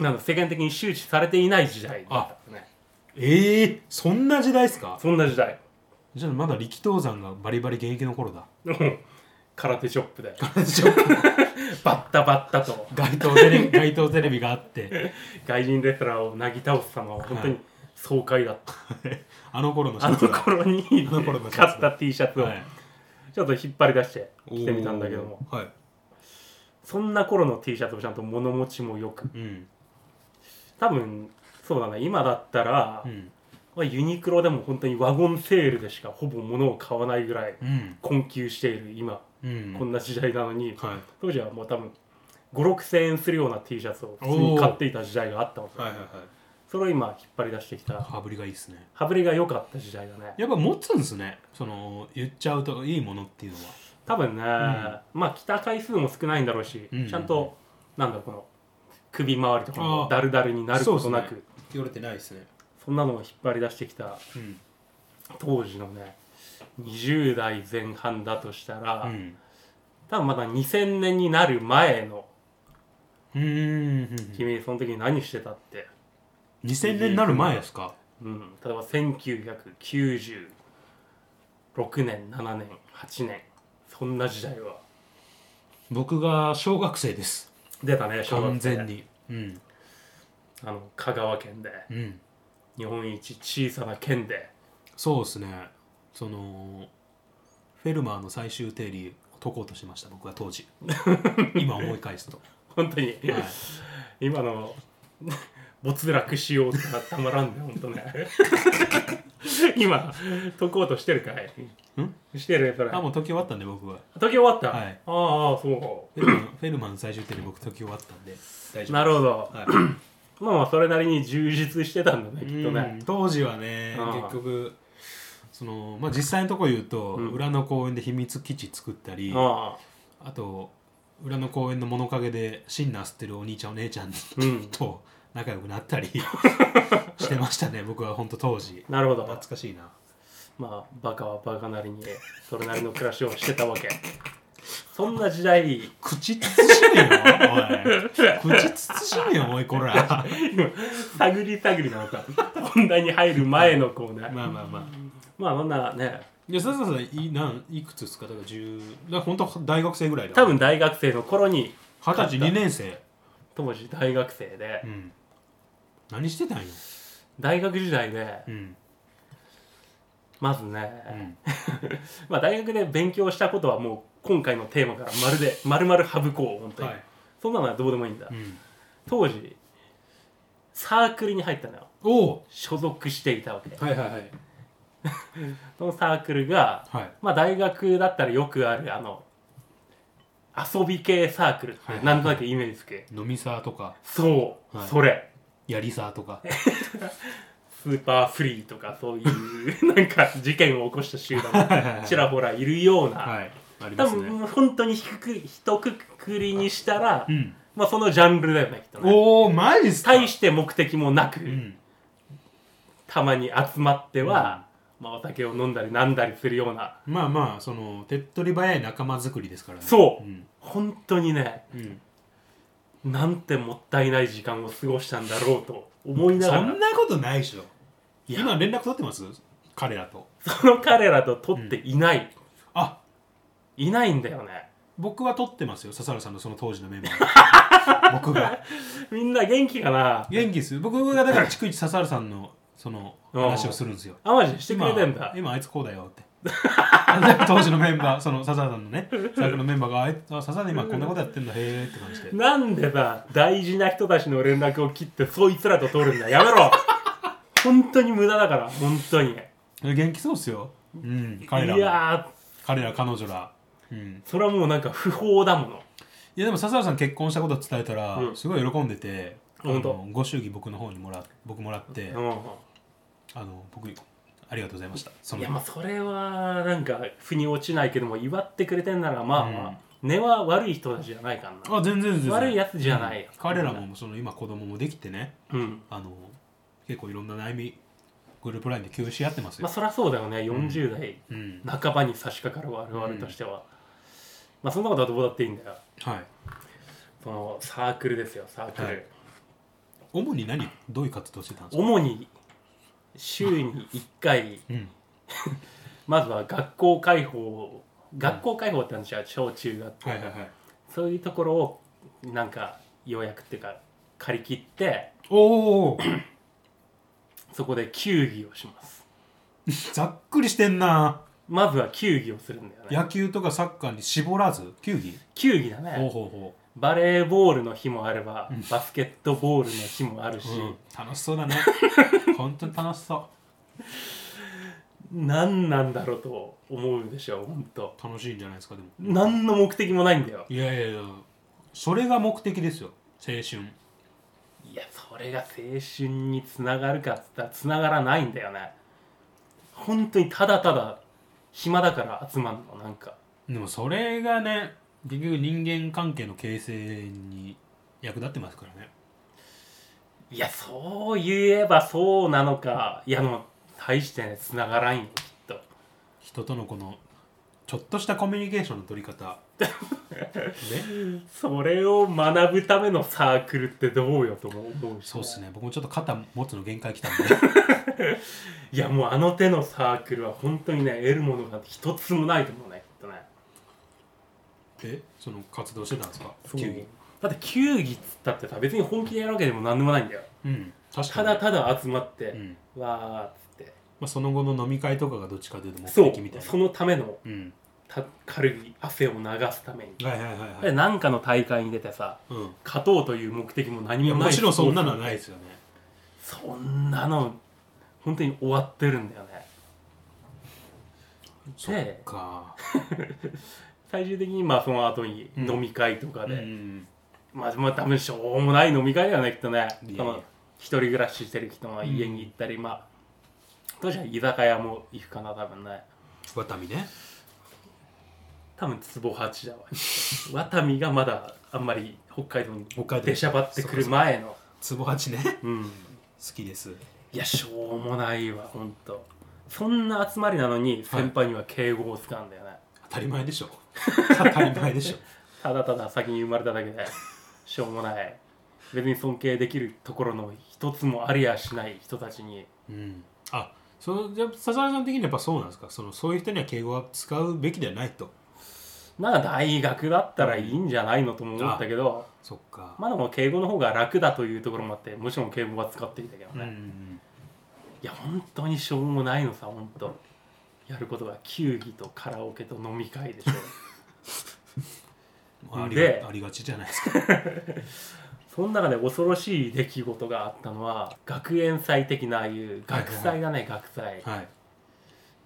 S2: なんだ世間的に周知されていない時代だったんですね
S1: ええそんな時代ですか
S2: そんな時代
S1: じゃあまだ力道山がバリバリ現役の頃だ
S2: うん空手ショップで
S1: ちょっと
S2: バッタバッタと
S1: 街頭テレ ビ街頭テレビがあって
S2: 外人レスラーをなぎ倒す様は本当に爽快だ った、
S1: あの頃のシ
S2: あ
S1: ャ
S2: の
S1: ツだ
S2: 頃に
S1: あの頃のシャツだ
S2: 買った T シャツを
S1: はい
S2: ちょっと引っ張り出して着てみたんだけども
S1: おーはい
S2: そんな頃の T シャツもちゃんと物持ちもよく
S1: うん
S2: 多分そうだね今だったら
S1: う、ん
S2: まあユニクロでも本当にワゴンセールでしかほぼ物を買わないぐらい
S1: うん
S2: 困窮している今、
S1: うん
S2: こんな時代なのに
S1: はい
S2: 当時はもう多分5 6千円するような T シャツを普通に買っていた時代があったわけ、
S1: はいはいはい
S2: それを今引っ張り出してきた
S1: 羽振りがいいですね
S2: 羽振りが良かった時代だね
S1: やっぱ持つんですねその言っちゃうといいものっていうのは
S2: 多分ね、まあ着た回数も少ないんだろうし、
S1: うん
S2: ちゃんとなんだろうこの首周りとか
S1: あ
S2: も
S1: ー
S2: ダルダルになることなく
S1: そう
S2: そ,、
S1: で言われてないですね
S2: んなのを引っ張り出してきた
S1: うん
S2: 当時のね20代前半だとしたら、
S1: うん
S2: 多分まだ2000年になる前の
S1: うーん
S2: 君、その時に何してたって、
S1: 2000年になる前ですか
S2: うん、例えば1996年7年8年そんな時代は
S1: 僕が小学生です
S2: 出たね小学
S1: 完
S2: 生
S1: 全にうん
S2: あの香川県で
S1: うん
S2: 日本一小さな県で
S1: そうですねそのフェルマーの最終定理を解こうとしてました僕は当時今思い返すと、
S2: 本当に、
S1: はい
S2: 今の没落しようってたまらんね本当ね 今解こうとしてるかい
S1: ん
S2: してるねそれ
S1: あもう解き終わったんで僕は
S2: 解き終わった、
S1: はい
S2: ああああそ
S1: フェルマーフェルマーの最終定理僕解き終わったんで大
S2: う
S1: 丈夫
S2: なるほど
S1: はい
S2: まあまあそれなりに充実してたんだねきっと
S1: う
S2: ね
S1: ん当時はね
S2: ああ
S1: 結局その、まあ、実際のとこ言うと、
S2: うん
S1: 裏の公園で秘密基地作ったりあ
S2: ああ
S1: と裏の公園の物陰でシンナー吸ってるお兄ちゃんお姉ちゃん
S2: うん
S1: と仲良くなったりしてましたね僕は本当当時
S2: なるほ
S1: 懐
S2: ど
S1: かしいな
S2: まあバカはバカなりにそれなりの暮らしをしてたわけそんな時代
S1: 口慎めよおい口慎めよおいこら
S2: 探り探りなのか本題に入る前のコーナー
S1: まあまあまあ
S2: まあそんなね
S1: で笹田さんいなんいくつですかだから10だから本当大学生ぐらいだ
S2: 多分大学生の頃に
S1: 二十歳2年生
S2: 当時大学生で、
S1: うん何してたんよ
S2: 大学時代で
S1: うん
S2: まず
S1: う
S2: ね、
S1: ん
S2: まあ大学で勉強したことはもう今回のテーマからまるで丸々省こう本当に、
S1: はい
S2: そんなのはどうでもいいんだ、
S1: うん
S2: 当時サークルに入ったのよ
S1: おお
S2: 所属していたわけ
S1: はいはいはい
S2: そのサークルが
S1: はい
S2: まあ大学だったらよくあるあの遊び系サークルって
S1: はい
S2: なんとなくイメージつけ、
S1: 飲みサーとか
S2: そう、
S1: はい
S2: それ
S1: やりサーとか
S2: スーパーフリーとかそういう なんか事件を起こした集団が
S1: はいはいはい
S2: ちらほらいるような、
S1: はいあり
S2: 多
S1: ますね
S2: 分本当にひくくりひとくくりにしたら、
S1: うん
S2: まあ、そのジャンルだよねきっとね
S1: おおマジっすか
S2: 大して目的もなく、
S1: うん
S2: たまに集まっては、まあ、お酒を飲んだり飲んだりするような
S1: まあまあその手っ取り早い仲間作りですからね
S2: そう
S1: うん
S2: 本当にね
S1: うん
S2: なんてもったいない時間を過ごしたんだろうと思いな
S1: そ
S2: がら
S1: んなことないでしょ
S2: いや
S1: 今連絡取ってます彼らと
S2: その彼らと取っていない、
S1: あ
S2: いないんだよね
S1: 僕は取ってますよ笹原さんのその当時のメンバ ー僕が
S2: みんな元気かな
S1: 元気ですよ僕がだから逐一笹原さんのその話をするんですよ
S2: あマジでしてくれてんだ
S1: 今今あいつこうだよって 当時のメンバーその笹原さんのねサークルのメンバーがあいあ笹原さん今こんなことやってんだへえって感じで
S2: なんでさ大事な人たちの連絡を切ってそいつらと取るんだやめ ろ本当に無駄だから本当に
S1: 元気そうっすようん彼ら
S2: い
S1: も
S2: や
S1: 彼ら彼女らうん
S2: ーそれはもうなんか不法だもの
S1: いやでも笹原さん結婚したこと伝えたら、
S2: うん
S1: すごい喜んでて
S2: 本当
S1: あのご祝儀僕の方にもら僕もらって、
S2: う
S1: あの僕ありがとうございましたそ
S2: ん、
S1: の
S2: いやまあそれはなんか腑に落ちないけども祝ってくれてんならまあまあ、
S1: うん
S2: 根は悪い人たちじゃないからな
S1: あ全然全然
S2: 悪いやつじゃないよ
S1: 彼らもその今子供もできてね
S2: うん
S1: あの結構いろんな悩みグループラインで共有し合ってますよ、
S2: まあそりゃそうだよね40代
S1: うん
S2: 半ばに差し掛かる我々としては、まあそんなことはどうだっていいんだよ
S1: はい
S2: そのサークルですよサークル、
S1: はい主に何どういう活動してたんですか
S2: 主に週に1回
S1: うん
S2: まずは学校開放学校開放ってあるんですよ小中学校、
S1: はいはいはい
S2: そういうところをなんか予約っていうか借り切って
S1: おお
S2: そこで球技をします
S1: ざっくりしてんな
S2: まずは球技をするんだよね
S1: 野球とかサッカーに絞らず球技
S2: 球技だ
S1: ほう
S2: ね
S1: ほうほ
S2: バレーボールの日もあれば、バスケットボールの日もあるし
S1: う、、うん、楽しそうだね 本当に楽しそ
S2: 何なんだろうと思うでしょうほんと
S1: う楽しいんじゃないですかでも
S2: 何の目的もないんだよ
S1: いやいやいやそれが目的ですよ青春
S2: いやそれが青春につながるかっつったらつながらないんだよね本当にただただ暇だから集まんのなんか
S1: でもそれがね結局人間関係の形成に役立ってますからね
S2: いやそう言えばそうなのかいやもう大してねつながらんよきっと
S1: 人とのこのちょっとしたコミュニケーションの取り 方ね
S2: それを学ぶためのサークルってどうよとも思うし
S1: そうっすね僕もちょっと肩持つの限界きたんで
S2: いやもうあの手のサークルは本当にね得るものが一つもないと思うねきっとね
S1: えその活動してたんですか
S2: 球技だって球技っつったってさ別に本気でやるわけでも何でもないんだよ
S1: うん確か
S2: た
S1: に
S2: だただ集まって、
S1: うん
S2: わーっつって
S1: まあ、その後の飲み会とかがどっちかというと目
S2: そう
S1: 的みたいな
S2: そのための
S1: うん
S2: た軽い汗を流すために、
S1: はいはいはいは
S2: で
S1: い、
S2: なんかの大会に出てさ
S1: うん、
S2: 勝とうという目的も何
S1: いや
S2: もない
S1: もちろんそんなのはないですよね
S2: そんなの本当に終わってるんだよね
S1: そっか、
S2: 最終的にまあその後に
S1: うん
S2: 飲み会とか
S1: う
S2: で、
S1: ん、
S2: まあまあ多分しょうもない飲み会だよねきっとね
S1: いやいや
S2: その一人暮らししてる人の家に行ったり、まあ当時は居酒屋も行くかな多分ね
S1: ワタミね
S2: 多分壺八だわ ワタミがまだあんまり北海道に
S1: 北海道
S2: 出しゃばってくる前の
S1: ツボハチね好
S2: うん
S1: きです
S2: いやしょうもないわほんとそんな集まりなのに先輩には敬語を使うんだよね、
S1: 当たり前でしょ 当たり前でしょ
S2: ただただ先に生まれただけ でしょうもない別に尊敬できるところの一つもありやしない人たちに
S1: うん、あそうじゃあ笹原さん的にはやっぱそうなんですかそのそういう人には敬語は使うべきではないと
S2: なんか大学だったらいいんじゃないのとも思ったけど
S1: そっか、
S2: まあでも敬語の方が楽だというところもあってもちろん敬語は使っていたけど
S1: うん
S2: ね、
S1: うんう
S2: い
S1: ん
S2: や本当にしょうもないのさ本当やることが球技とカラオケと飲み会 でしょ
S1: まあ、あり
S2: で
S1: がありがちじゃないですか
S2: その中で恐ろしい出来事があったのは学園祭的なああいう学祭だね、学祭、
S1: はい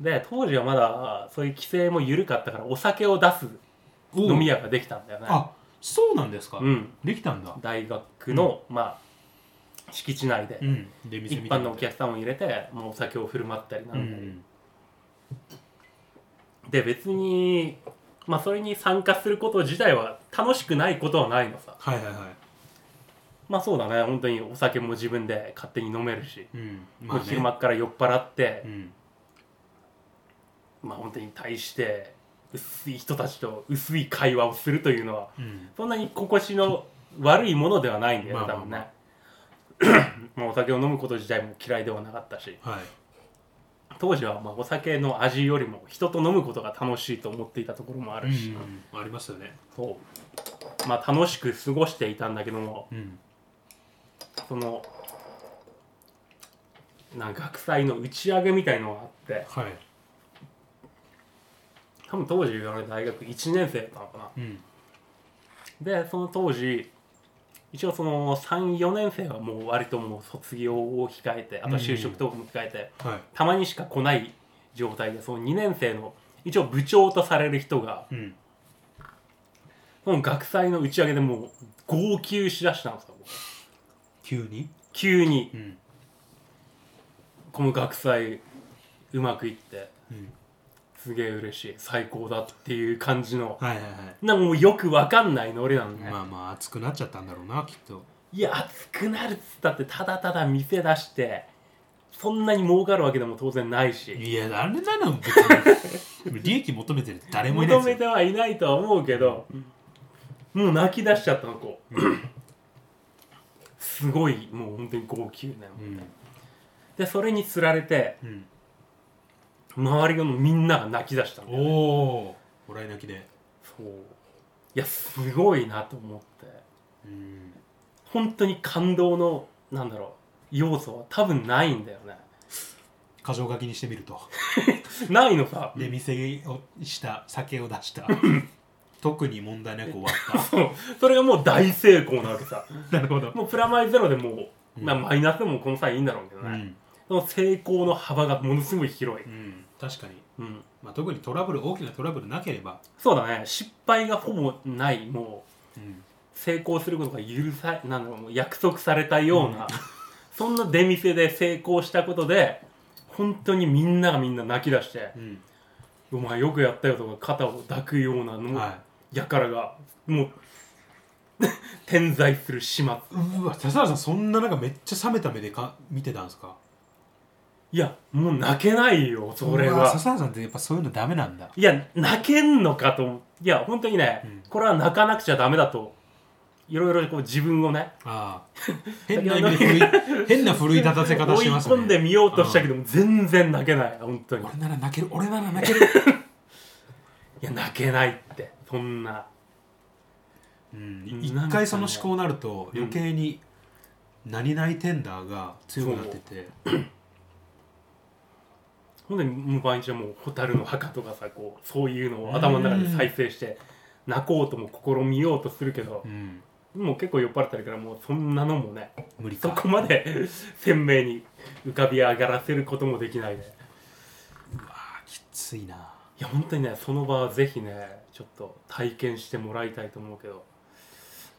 S2: で当時はまだそういう規制も緩かったからお酒を出す飲み
S1: 屋
S2: 屋ができたんだよね
S1: あそうなんですか、
S2: うん
S1: できたんだ
S2: 大学の、まあ敷地内で
S1: うん出
S2: 一
S1: 店みた
S2: 般
S1: いな
S2: のお客さんを入れてもうお酒を振る舞ったりなん
S1: う
S2: だり、
S1: ん
S2: で別にまあそれに参加すること自体は楽しくないことはないのさ
S1: はいはいは
S2: まあそうだね本当にお酒も自分で勝手に飲めるし、
S1: いうん
S2: もう昼間っから酔っ払って
S1: う、ん
S2: まあ本当に対して薄い人たちと薄い会話をするというのは
S1: うん
S2: そんなに心地の悪いものではないんだよ
S1: ま
S2: ね、
S1: あ
S2: 多分ね。 まあ、お酒を飲むこと自体も嫌いではなかったし
S1: はい
S2: 当時はまあお酒の味よりも人と飲むことが楽しいと思っていたところもあ
S1: う
S2: るし、
S1: んありますよね
S2: そうまあ、楽しく過ごしていたんだけども
S1: うん
S2: そのなんか学祭の打ち上げみたいのがあって
S1: はい
S2: 多分当時俺大学1年生だったのかな
S1: うん
S2: でその当時一応その34年生はもう割ともう卒業を控えてあと就職とかも控えて、
S1: はい
S2: たまにしか来ない状態でその2年生の一応部長とされる人が
S1: うん
S2: その学祭の打ち上げでもう号泣しだしたんですよ
S1: 急に
S2: 急に
S1: うん
S2: この学祭うまくいって
S1: うん
S2: すげえ嬉しい最高だっていう感じの
S1: はいはいはい
S2: なんかもうよくわかんないの俺なんで、
S1: まあまあ熱くなっちゃったんだろうなきっと
S2: いや熱くなるっつったってただただ店出してそんなに儲かるわけでも当然ないし
S1: いや、あれなの、別に。利益求めてる誰もいない
S2: 求
S1: です
S2: め
S1: よ。
S2: てはいないとは思うけどもう泣き出しちゃったのこうすごいもう本当に号泣なの、
S1: うん。
S2: でそれにつられて
S1: うん。
S2: 周りのみんなが泣き出したのそう
S1: おお。もらい泣きで。
S2: いやすごいなと思って
S1: うん。
S2: 本当に感動のなんだろう要素は多分ないんだよね
S1: 箇条書きにしてみると。
S2: ないのさ
S1: 出店をした、酒を出した。特に問題なく終わっ
S2: そうそれがもう大成功なわけさ
S1: た。なるほど。
S2: もうプラマイゼロでもう、
S1: うん
S2: まあ、マイナスでもこの際いいんだろうけど
S1: う
S2: ね、
S1: ん。
S2: その成功の幅がものすごい広い、
S1: うん。確かに。
S2: うん、
S1: まあ、特にトラブル、大きなトラブルなければ。
S2: そうだね失敗がほぼないもう
S1: うん。
S2: 成功することが許さなんだろうもう約束されたような、そんな出店で成功したことで本当にみんながみんな泣き出して
S1: うん。
S2: 「お前よくやったよ」とか肩を抱くようなの、
S1: は
S2: やからがもう 点在する始
S1: い。
S2: 末
S1: うわ、笹原さん、そんな中、めっちゃ冷めた目でか見てたんですか
S2: いやもう泣けないよそれ
S1: うわ
S2: は
S1: 笹原さんってやっぱそういうのダメなんだ。
S2: いや泣けんのかと思ういや本当にね、
S1: うん
S2: これは泣かなくちゃダメだといろいろこう自分をね
S1: ああ。変な意味で奮い、変な奮い立たせ方
S2: 追
S1: し
S2: い
S1: ますね。
S2: 込んでみようとしたけども全然泣けない本当にい
S1: 俺なら泣ける俺なら泣ける
S2: や泣けないってそんな
S1: うん
S2: うん
S1: 一回その思考になると余計に何々テンダーが強くなってて
S2: ほんでもう毎日はもう蛍の墓とかさこうそういうのを頭の中で再生して泣こうとも試みようとするけど
S1: う、ん
S2: もう結構酔っ払ってるからもうそんなのもね
S1: 無理
S2: そ
S1: か
S2: こまで鮮明に浮かび上がらせることもできないね
S1: あきついない
S2: や本当にねその場はぜひねちょっと体験してもらいたいと思うけど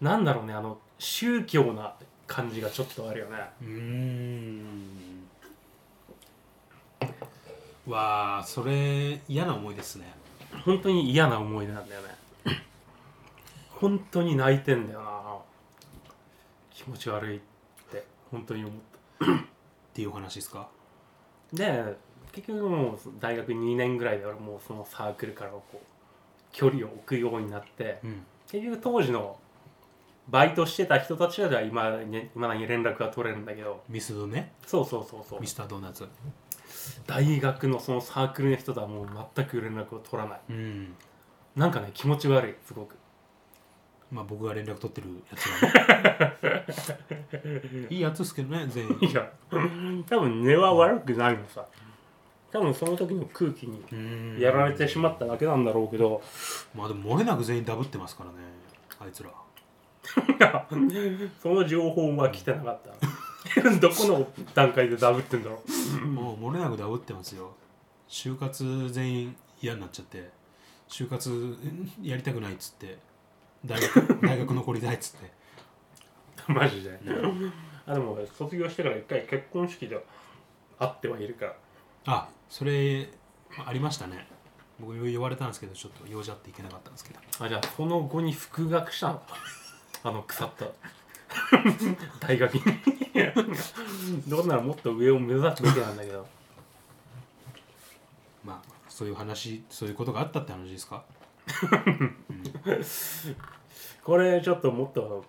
S2: なんだろうねあの宗教な感じがちょっとあるよね
S1: うーんわあそれ嫌な思いですね
S2: 本当に嫌な思い出なんだよね本当に泣いてんだよな気持ち悪いって本当に思っ
S1: っていうお話ですか
S2: たで結局もう大学2年ぐらいで俺もうそのサークルからこう距離を置くようになって
S1: うん
S2: 結局当時のバイトしてた人たちは今ね今だに連絡が取れるんだけど
S1: ミスドね
S2: そうそうそうそう
S1: ミスタードーナツ
S2: 大学のそのサークルの人とはもう全く連絡を取らない
S1: うん
S2: なんかね気持ち悪いすごく
S1: まあ僕が連絡取ってるやつが ねいいやつですけどね全員
S2: いや多分根は悪くないのさ多分その時の空気に
S1: う ーん
S2: やられてしまっただけなんだろうけど
S1: まあでも漏れなく全員ダブってますからねあいつら
S2: いやその情報は来てなかった どこの段階でダブってんだろ
S1: もう漏れなくダブってますよ就活全員嫌になっちゃって就活んやりたくないっつって大 学大学残りたいっつって
S2: うマジであでも卒業してから一回結婚式で会ってはいるから
S1: あそれありましたね僕呼ばれたんですけどちょっと用事あって行けなかったんですけど
S2: あじゃあその後に復学した のかあの腐った 大学に どうならもっと上を目指すべきなんだけど
S1: まあそういう話そういうことがあったって話ですか
S2: これちょっともっと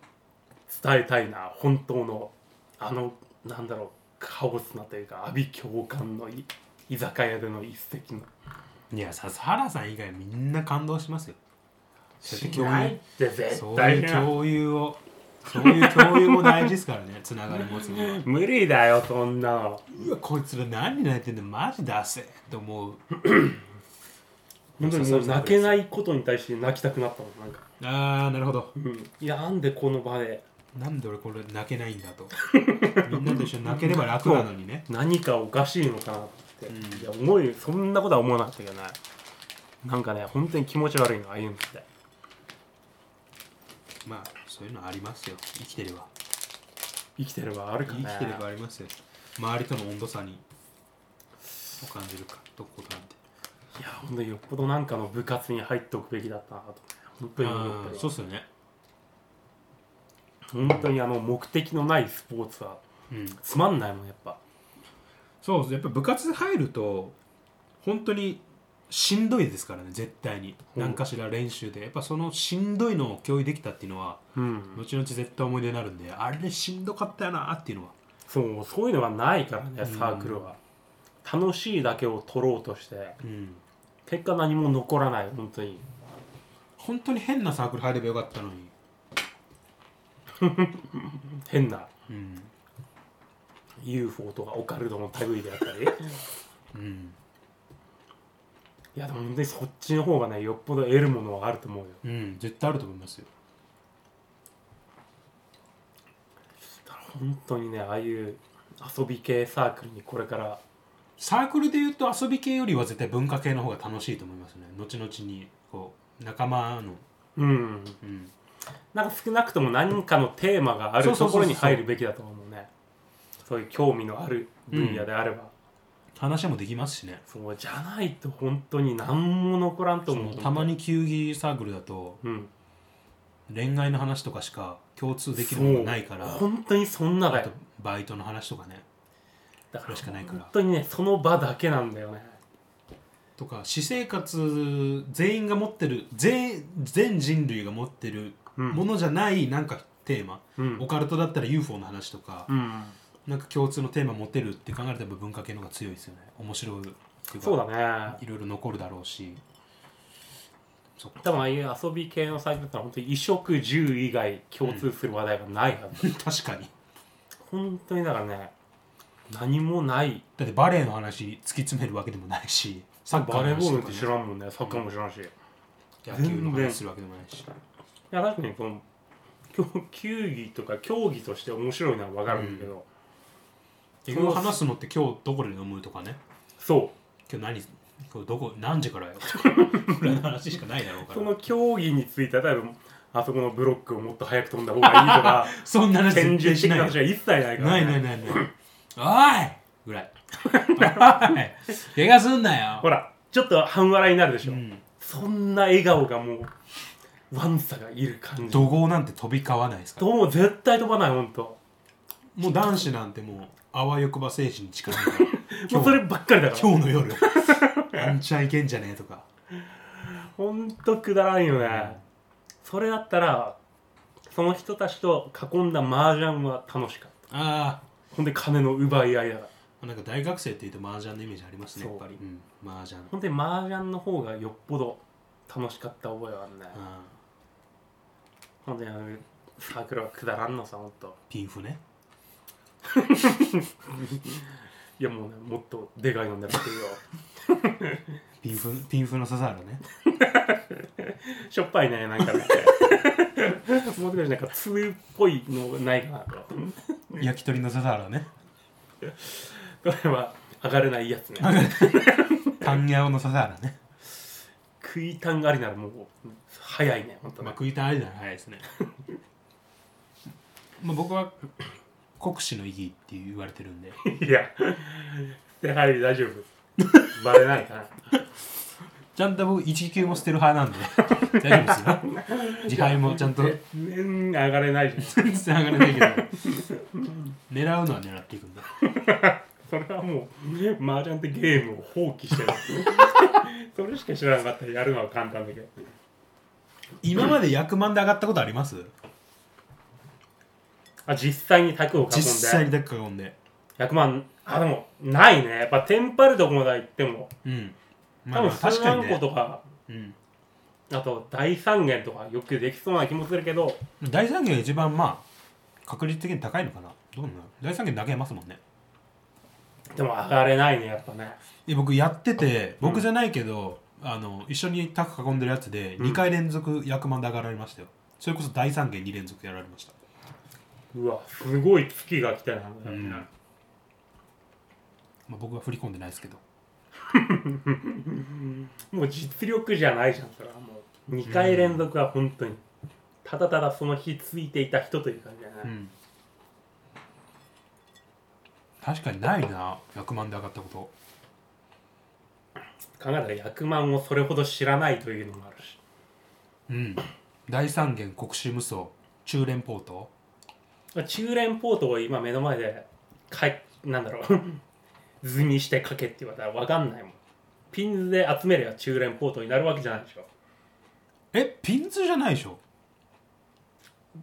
S2: 伝えたいな本当のあのなんだろうカオスなというか阿鼻教官のい居酒屋での一席の
S1: いや笹原さん以外みんな感動しますよそうやって
S2: し
S1: 共
S2: ないっ
S1: 有
S2: て絶
S1: そう
S2: 対
S1: い
S2: に
S1: う共有をそういう共有も大事ですからね つながり持つのは
S2: 無理だよそんなの
S1: うわこいつら何泣いてんのマジだせって思う
S2: 本当にもう泣けないことに対して泣きたくなったもんなんか、
S1: あーなるほど
S2: うん、いやなんでこの場で
S1: なんで俺これ泣けないんだ とみんなと一緒に泣ければ楽なのにね
S2: 何かおかしいのかなって、
S1: うん
S2: いや思いそんなことは思わなかったけどねなんかね本当に気持ち悪いのああいうのって
S1: まあそういうのありますよ生きてれば
S2: 生きてればあるか
S1: 生
S2: ね
S1: きてればありますよ周りとの温度差にを感じるかとことなんて
S2: いや本当によっぽどなんかの部活に入っておくべきだったなとね本当に思った
S1: あー
S2: よ
S1: そうっすよね
S2: 本当にあの目的のないスポーツは
S1: うん
S2: つまんないもんやっぱ
S1: そうやっぱ部活入ると本当にしんどいですからね絶対に
S2: うん
S1: 何かしら練習でやっぱそのしんどいのを共有できたっていうのは
S2: うん
S1: 後々絶対思い出になるんであれしんどかったよなっていうのは
S2: そうそういうのがないから
S1: う
S2: ね
S1: ん
S2: サークルは、楽しいだけを取ろうとして
S1: うん
S2: 結果何も残らない本当に
S1: 本当に変なサークル入ればよかったのに
S2: 変な
S1: うん
S2: UFO とかオカルトの類であったりい
S1: うん
S2: やでも本当にそっちの方がねよっぽど得るものはあると思うよ
S1: うん絶対あると思いますよ
S2: だから本当にねああいう遊び系サークルにこれから
S1: サークルでいうと遊び系よりは絶対文化系の方が楽しいと思いますね後々にこう仲間の、
S2: うん
S1: うん、
S2: なんか少なくとも何かのテーマがあ
S1: そ
S2: る
S1: うそう
S2: と
S1: そ
S2: こ
S1: う
S2: ろ
S1: そう
S2: に入るべきだと思うねそういう興味のある分野であれば、
S1: 話もできますしね
S2: そうじゃないと本当に何も残らん
S1: そ
S2: と思
S1: の
S2: う
S1: たまに球技サークルだと
S2: うん
S1: 恋愛の話とかしか共通できるものがないから
S2: そう本当にそんな
S1: あ
S2: だ
S1: と
S2: よ
S1: バイトの話とかね
S2: だか
S1: こ
S2: ら
S1: れしかないから
S2: 本当にねその場だけなんだよね
S1: とか私生活全員が持ってる全全人類が持ってる
S2: うん
S1: ものじゃないなんかテーマ、
S2: うん
S1: オカルトだったら UFO の話とか、
S2: うん
S1: なんか共通のテーマ持てるって考えるとやっぱ文化系の方が強いですよね面白いっていうか
S2: そうだね
S1: いろいろ残るだろうしそっか
S2: 多分ああいう遊び系のサークルってのは本当に衣食住以外共通する話題がないはず、
S1: 確かに
S2: 本当にだからね何もない
S1: だってバレーの話突き詰めるわけでもないしサッカー
S2: バレ
S1: の
S2: ーボ
S1: 話
S2: ール
S1: と
S2: って
S1: か、
S2: 知らんもんねサッカーも知らんし、い
S1: 野球の
S2: 全然
S1: 話するわけでもないし
S2: や確かにこの競球技とか競技として面白いのは分かるんだけど、
S1: 結局話すのって今日どこで飲むとかね
S2: そう
S1: 今日何今日どこ何時 からよぐらいの話しかないだろうから
S2: その競技については多分あそこのブロックをもっと早く飛んだ方がいいとか
S1: そんな話全
S2: 戦
S1: 然
S2: 術
S1: し
S2: 的
S1: な
S2: ない話は一切ないから、
S1: な
S2: ね、
S1: いないないないおいぐらいおい怪我すんなよ
S2: ほらちょっと半笑いになるでし
S1: う
S2: ょ、
S1: ん
S2: そんな笑顔がもうワンサがいる感じ
S1: 怒号なんて飛び交わないですから
S2: どうも絶対飛ばないほんと
S1: もう男子なんてもうあわよくば精神に近いから
S2: も
S1: 今
S2: うそ
S1: 日
S2: ればっかりだから
S1: 今日の 夜あんちゃんいけんじゃねえとか
S2: ほんとくだらんよね、それだったらその人たちと囲んだ麻雀は楽しかっ
S1: あ
S2: たほんで金の奪い合いだから
S1: あなんか大学生っていうと麻雀のイメージありますねやっぱり、うん、麻雀
S2: ほんで麻雀の方がよっぽど楽しかった覚えはあるね、
S1: あ
S2: ほんであのサークルはくだらんのさほんと
S1: ピンフね
S2: いやもうねもっとでかいの狙ってるよ
S1: ピンフピンフの笹原ね
S2: しょっぱいねなんかね もう少しなんか通っぽいのないかなと
S1: 焼き鳥の笹原ね
S2: これは上がれないやつね
S1: タンニャオの笹原ね
S2: 食いたんありならもう早いねほんと
S1: まあ
S2: ね
S1: 食いたいなら早いですね まあ僕は国士の意義って言われてるんで
S2: いややはり大丈夫バレないか な
S1: ちゃんと僕1級も捨てる派なんで 大丈夫ですよ自敗もちゃんと
S2: 全然上がれないじゃん
S1: 全然上がらないけど狙うのは狙っていくんだ
S2: それはもう麻雀ってゲームを放 棄してるそれしか知らなかったらやるのは簡単だけど
S1: 今まで役満で上がったことあります
S2: あ実際に卓を囲んで
S1: 実際にだっかんで
S2: 100万あでもないねやっぱテンパるとこまで行っても
S1: うんま
S2: 多
S1: あま
S2: 分
S1: あ確
S2: 数
S1: かに
S2: 万個
S1: ね、
S2: とか
S1: うん、
S2: あと大三元とかよくできそうな気もするけど
S1: 大三元が一番まあ確率的に高いのかなどうなの大三元投げますもんね
S2: でも上がれないねやっぱね
S1: で僕やってて僕じゃないけど、あの一緒にタク囲んでるやつで
S2: うん
S1: 2回連続役満で上がられましたよ、それこそ大三元2連続やられました
S2: うわすごい月が来たな、
S1: んまあ、僕は振り込んでないですけど
S2: もう実力じゃないじゃんそれはもう2回連続は本当にただただその日ついていた人という感じだね、
S1: うん確かにないな100万で上がったこと
S2: 考えたら役満をそれほど知らないというのもあるし
S1: うん大三元国士無双中連ポート
S2: 中連ポートを今目の前でかいなんだろう 図にして書けって言われたら分かんないもんピンズで集めれば中連ポートになるわけじゃないでしょ
S1: えピンズじゃないでしょ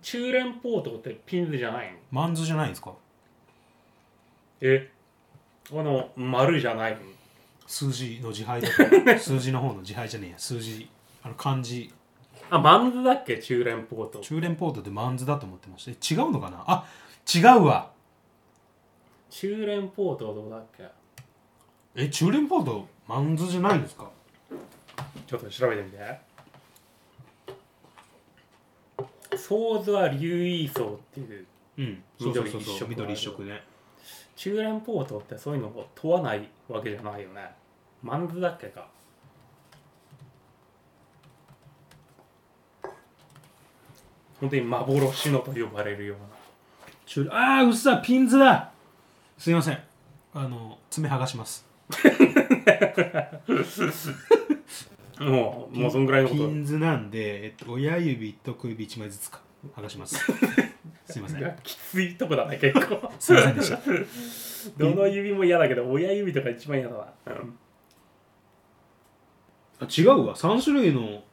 S2: 中連ポートってピンズじゃないの
S1: マンズじゃないですか
S2: えあの丸じゃないの
S1: 数字の自敗だ から数字の方の自敗じゃねえや数字あの漢字
S2: あマンズだっけ中連ポート
S1: 中連ポートってマンズだと思ってましたえ違うのかなあ違うわ
S2: 中連ポートはどうだっけ
S1: え中連ポートマンズじゃないんですか
S2: ちょっと調べてみて想像は竜衣層っていう
S1: うんそうそう
S2: 緑
S1: そうそう緑
S2: 緑
S1: 一
S2: 一
S1: 色
S2: 色
S1: ね
S2: 中連ポートってそういうのを問わないわけじゃないよねマンズだっけか本当に幻のと呼ばれるような
S1: 中ああうっさピンズだすいませんあの爪剥がします
S2: もうもうそんぐらいのこ
S1: ピ
S2: と
S1: ンズなんで、えっと、親指と小指1枚ずつか剥がします すいませ
S2: い
S1: ん
S2: やきついとこだね結構
S1: すいませんでした
S2: どの指も嫌だけど親指とか一番嫌だな、うん
S1: あ違うわ3種類の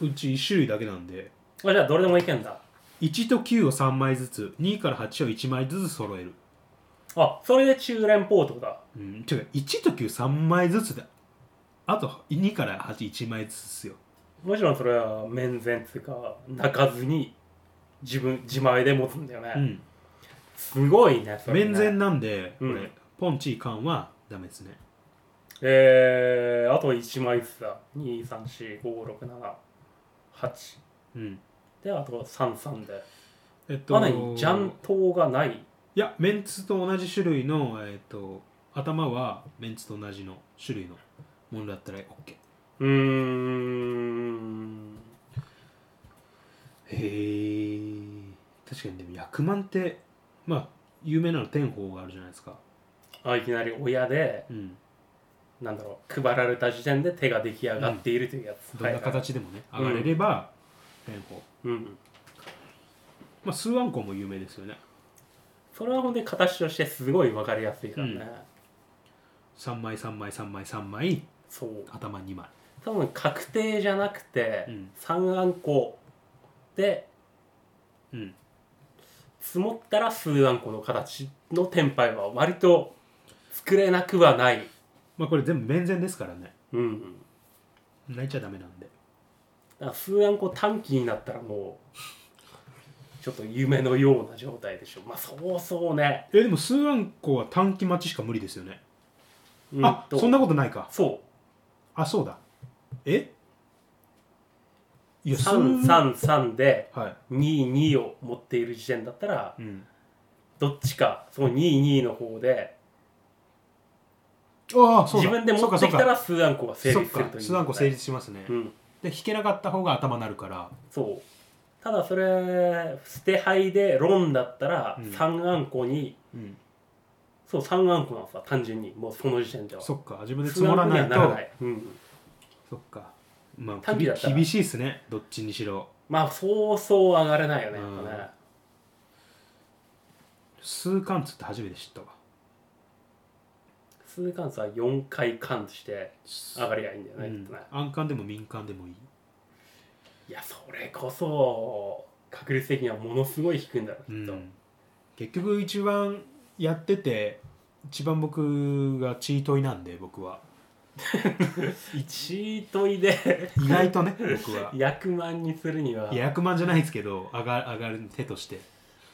S1: うち1種類だけなんで
S2: あじゃあどれでもいけんだ
S1: 1と9を3枚ずつ2から8を1枚ずつ揃える、
S2: あそれで中連ポートだ
S1: うん、違う1と93枚ずつだあと2から81枚ずつですよ
S2: もちろんそれは面前つうか泣かずに自分自前で持つんだよね、
S1: うん
S2: すごいね、それね
S1: 面前なんで、
S2: うん
S1: これポンチーカンはダメですね
S2: えー、あと1枚ずつだ。2、3、4、5、6、7、8。
S1: うん
S2: で、あと3、3で。
S1: えっと
S2: まだにジャン糖がない。
S1: いやメンツと同じ種類の、えっと、頭はメンツと同じの種類のものだったら OK
S2: うーん。
S1: へえ確かにでも薬満ってまあ有名なの天宝があるじゃないですか
S2: あいきなり親で、
S1: うん
S2: なんだろう、配られた時点で手が出来上がっているというやつ。
S1: どんな
S2: はいはい
S1: 形でもね、上がれれば天宝、
S2: うん。
S1: まあ数万個も有名ですよね
S2: それは本当に形としてすごい分かりやすいからね。
S1: うん3枚3枚3枚3枚
S2: そう。
S1: 頭2枚
S2: 多分確定じゃなくて、
S1: うん
S2: 3あんこで
S1: うん
S2: 積もったら数あんこの形の天杯は割と作れなくはない。
S1: まあこれ全部面前ですからね
S2: うん。
S1: 泣いちゃダメなんで
S2: だから数あんこ短期になったらもう、ちょっと夢のような状態でしょ。まあそうそうね。
S1: えでも数万個は短期待ちしか無理ですよね、
S2: うん
S1: あ
S2: と
S1: そんなことないか
S2: そ。
S1: あそうだえいうや
S2: 3、3、3で、
S1: はい
S2: 2、2を持っている時点だったら、
S1: うん
S2: どっちか、その2、2の方で、
S1: ああそう
S2: 自
S1: だ
S2: 分で持
S1: そう
S2: っ
S1: か
S2: て
S1: そう
S2: き
S1: か
S2: たら数あんこが成
S1: そっ
S2: 立すると
S1: か
S2: いう。
S1: スワンコ成立しますね、
S2: うん。
S1: で弾けなかった方が頭なるから
S2: そうただそれ捨て牌でロンだったら
S1: うん
S2: 3あんこに、
S1: うん
S2: そう3あんこなんですわ単純にもうその時点では
S1: そっか自分で積もらないと
S2: 数あんこにはならない、うん、
S1: そっかまあ
S2: 短期だったら
S1: 厳しいっすねどっちにしろ
S2: まあそうそう上がれないよね,、
S1: うん
S2: やっぱね
S1: 数貫通って初めて知ったわ
S2: 数貫数は4回貫して上がりがいいんだよ
S1: う
S2: ね,、
S1: ん
S2: ね、
S1: 暗管でも民間でもいい
S2: いやそれこそ確率的にはものすごい低いんだろう
S1: う
S2: きっと、
S1: ん結局一番やってて一番僕がチートイなんで僕 は
S2: 1問いで
S1: 意外とね僕は
S2: 役満にするにはい
S1: や役満じゃないですけど上が上がる手として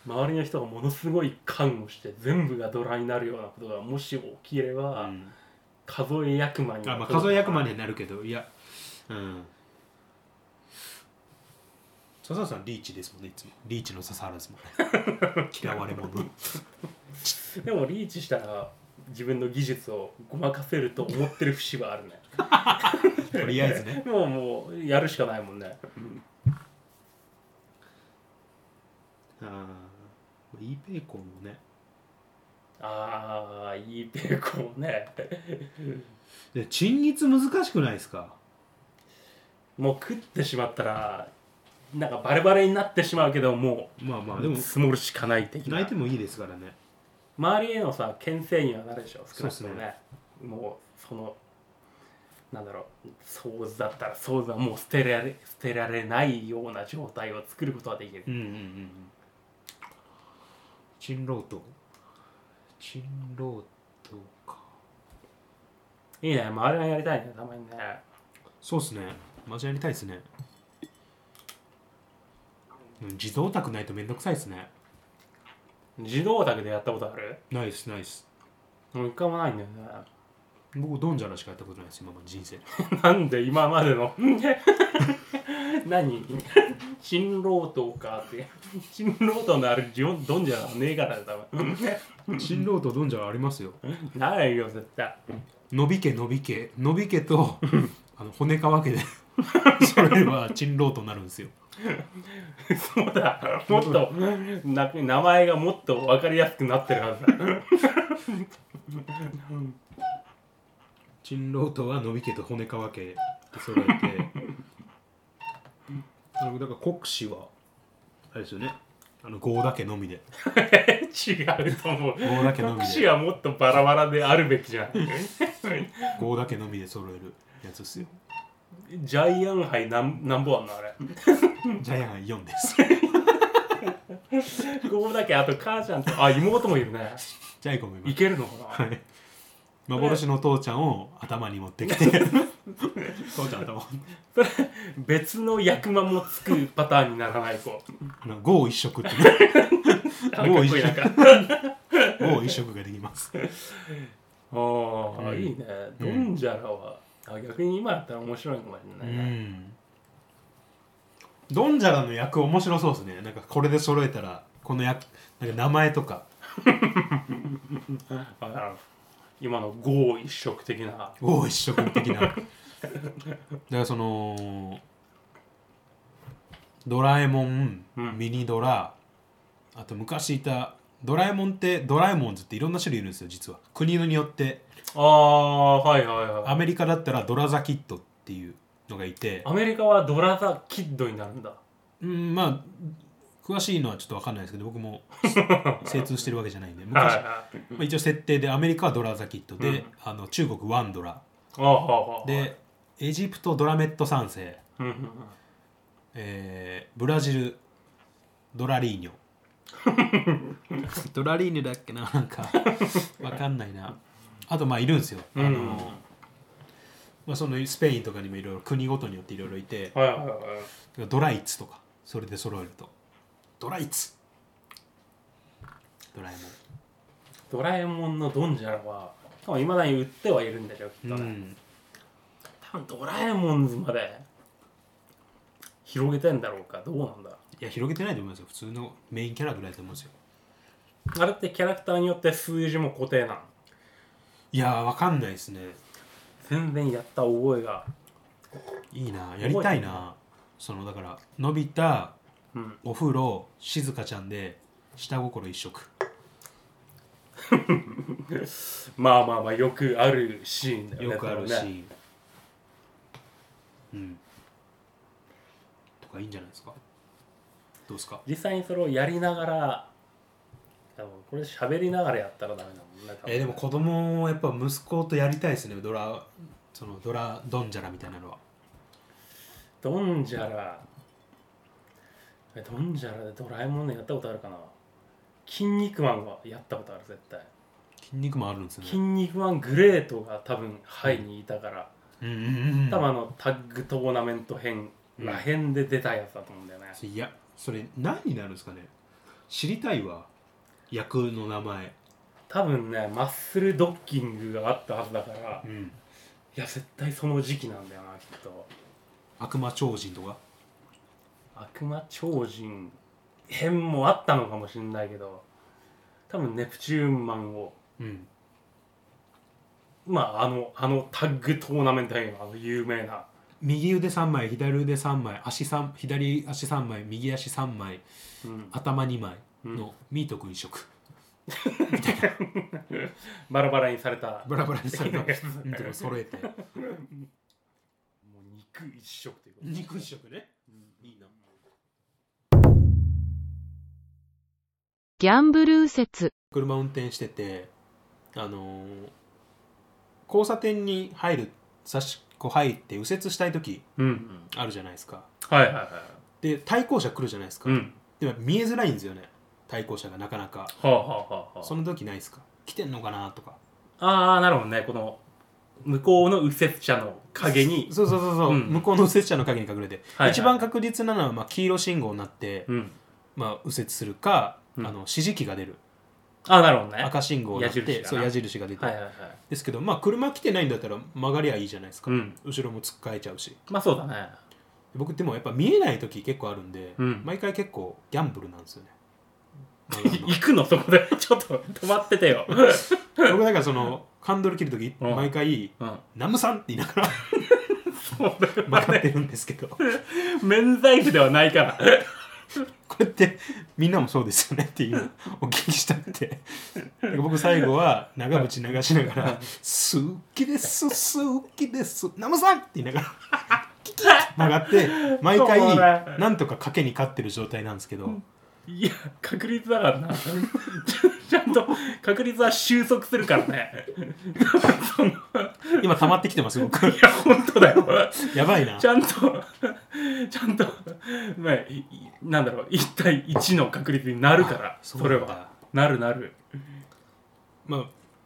S2: 周りの人がものすごい勘をして全部がドラになるようなことがもし起きれば、
S1: うん
S2: 数え役満に
S1: あまあ数え役満にはなるけどいやうん笹原さんリーチですもんねいつもリーチの笹原ですも んね嫌われ者
S2: でもリーチしたら自分の技術をごまかせると思ってる節はあるね
S1: とりあえずね
S2: もうもうやるしかないもんね
S1: あーイーペイコンもね
S2: ああいいペコね
S1: で陳立難しくないですか
S2: もう食ってしまったらなんかバレバレになってしまうけども
S1: まあまあ
S2: う
S1: でも
S2: 積もるしかない的
S1: 泣い
S2: な
S1: てもいいですからね
S2: 周りへのさ牽制にはなるでしょ少なくと
S1: そ
S2: も
S1: う
S2: ねもうそのなんだろう想像だったら想像はもう捨てられ捨てられないような状態を作ることはできる
S1: うんうんうんうん陳老刀陳老刀か
S2: いいね、周りがやりたいね、たまにね。
S1: そうっすねマジやりたいですねうん自動卓ないとめんどくさいですね
S2: 自動宅でやったことある
S1: ナイスナイス
S2: もう一回もないんだよ
S1: 僕ドンジャラしかやったことないです今まで 人生で
S2: ね。 なんで今まで の何新郎党かって。 新郎党のあるジョンドンじゃねえからだ、多分。
S1: 新郎とドンジャラありますよ
S2: ないよ、絶対。
S1: 伸び家伸び家伸び家 とあの骨川 家でそれは珍老となるんですよ
S2: そうだ、もっと、な名前がもっと分かりやすくなってるはずだ。
S1: 珍老とは伸び家と骨川家で揃えてあのだから国士はあれですよねあの郷田家のみで
S2: 違うと思う。
S1: 郷田家のみ
S2: 国士
S1: で
S2: はもっとバラバラであるべきじゃん。
S1: 郷田家のみで揃えるやつですよ
S2: ジャイアン杯なんなんぼあんのあれ。
S1: ジャイアンが4です
S2: ここだけあと母ちゃんとあ妹もいるね
S1: ジャイコもいま
S2: い
S1: す
S2: けるのかな
S1: はい幻の父ちゃんを頭に持ってき て父ちゃん頭
S2: それ別の役満もつくパターンにならない子
S1: あの、豪一色ってね。
S2: あ
S1: もう
S2: かっ
S1: 一
S2: こいい
S1: 緒
S2: なんか
S1: もう移植ができます。
S2: ああ、
S1: うん
S2: いいねドンジャラは、あ逆に今やったら面白いかもし
S1: う
S2: れないな、
S1: ん。ドンジャラの役面白そうですね。なんかこれで揃えたらこの役なんか名前とか
S2: あの今の豪一色的な
S1: を一色的 な。だからそのドラえもん、
S2: うん
S1: ミニドラ、あと昔いたドラえもんってドラえもんズっていろんな種類いるんですよ実は。国によって
S2: ああはいはい
S1: ア
S2: は
S1: メリカだったらドラザキッドっていうのがいて
S2: い。アメリカはドラザキッドになるんだ
S1: うんまあ詳しいのはちょっと分かんないですけど僕も 精通してるわけじゃないんで昔、
S2: はい
S1: ま
S2: はい
S1: あ、一応設定でアメリカはドラザキットで、
S2: うん
S1: あの中国ワンドラ
S2: ああはあ
S1: でエジプトドラメット三世、
S2: うんうんうん
S1: えーブラジルドラリーニョ ドラリーニョだっけななんか分かんないなあとまあいるんですよ、あ
S2: うん
S1: のまあ、そのスペインとかにもいろいろ国ごとによっていろいろいて、
S2: はいはいはい
S1: ドライツとかそれで揃えるとドライツドラえ
S2: ドラえもんのドンジャラは多分いまだに売ってはいるんだよきっ
S1: も
S2: と
S1: ん、
S2: ね、多分ドラえもんズまで広げてんだろうかどうなんだ
S1: いや広げてないと思いますよ普通のメインキャラぐらいだと思うんですよ
S2: あれってキャラクターによって数字も固定なの
S1: いやーわかんないですね
S2: 全然やった覚 えが
S1: いいなやりたいなそのだからのび太
S2: うん
S1: お風呂静香ちゃんで下心一色
S2: まあまあまあよくあるシーンだよね
S1: よくあるシ
S2: それね
S1: ーンうんとかいいんじゃないですかどうですか
S2: 実際にそれをやりながら多分これ喋りながらやったらダメだもんね多分
S1: えーでも子供をやっぱ息子とやりたいですねドラそのドラドンジャラみたいなのは
S2: ドンジャラえドンジャラでドラえもんのやったことあるかな筋肉マンはやったことある絶対
S1: 筋肉もあるんですね
S2: 筋肉マングレートが多分ハイにいたから、
S1: うんうんうん
S2: 多分あのタッグトーナメント編らへんで出たやつだと思うんだよね、
S1: いやそれ何になるんですかね知りたいわ役の名前
S2: 多分ねマッスルドッキングがあったはずだから
S1: うん
S2: いや絶対その時期なんだよなきっと
S1: 悪魔超人とか
S2: 悪魔超人編もあったのかもしれないけど多分ネプチューンマンを
S1: うん
S2: まああのあのタッグトーナメント編あの有名な
S1: 右腕3枚左腕3枚足三左足3枚右足3枚
S2: うん
S1: 頭2枚
S2: うん
S1: のミート君色、
S2: バラバラにされたも
S1: バラバラにさ れた
S2: う
S1: ミート君揃えて
S2: う肉一色ということで
S1: 肉色ねいいな
S3: ギャンブル右折、
S1: 車運転しててあのー交差点に入る差しこう入って右折したい時
S2: うんうん
S1: あるじゃないですか
S2: はいはいは
S1: で対向車来るじゃないですか、
S2: いうん
S1: でも見えづらいんですよね対向車がなかなか
S2: はあはあはあは
S1: その時ないですか来てんのかなとか
S2: ああーなるほどねこの向こうの右折車の影に、
S1: そうそうそうそう、
S2: うん
S1: 向こうの右折車の陰に隠れて、
S2: はいはい
S1: 一番確実なのは、まあ、黄色信号になって、
S2: うん、
S1: まあ、右折するか、
S2: うん
S1: あの指示器が出る
S2: ああなるほどね
S1: 赤信号になっ
S2: 矢印
S1: て
S2: がな
S1: そう矢印が出て、
S2: はいはいはい
S1: ですけどまあ車来てないんだったら曲がりゃいいじゃないですか、
S2: うん
S1: 後ろも突っかえちゃうし
S2: まあそうだね
S1: 僕でもやっぱ見えない時結構あるんで、
S2: うん
S1: 毎回結構ギャンブルなんですよね
S2: 行くのそこで ちょっと止まってて よ、
S1: 僕だからそのハンドル切る時
S2: うん
S1: 毎回
S2: うん、
S1: 「ナムさん!」って言いながら
S2: そうだよ
S1: 曲がってるんですけど
S2: 免罪符ではないから
S1: これってみんなもそうですよねっていうのをお聞きしたくてなんか僕最後は長渕流しながら「好きです好きですナムさん!」って言いながらキキッて曲がって毎
S2: そう
S1: 回
S2: ね
S1: なんとか賭けに勝ってる状態なんですけど
S2: いや確率だからなちゃんと確率は収束するからねそのい
S1: 今溜まってきてます僕
S2: や本当だよ
S1: やばいな
S2: ちゃんとちゃんとまあいいなんだろう1対1の確率になるから
S1: あそ
S2: そう
S1: なん
S2: れ
S1: だ
S2: はなるなる
S1: まあ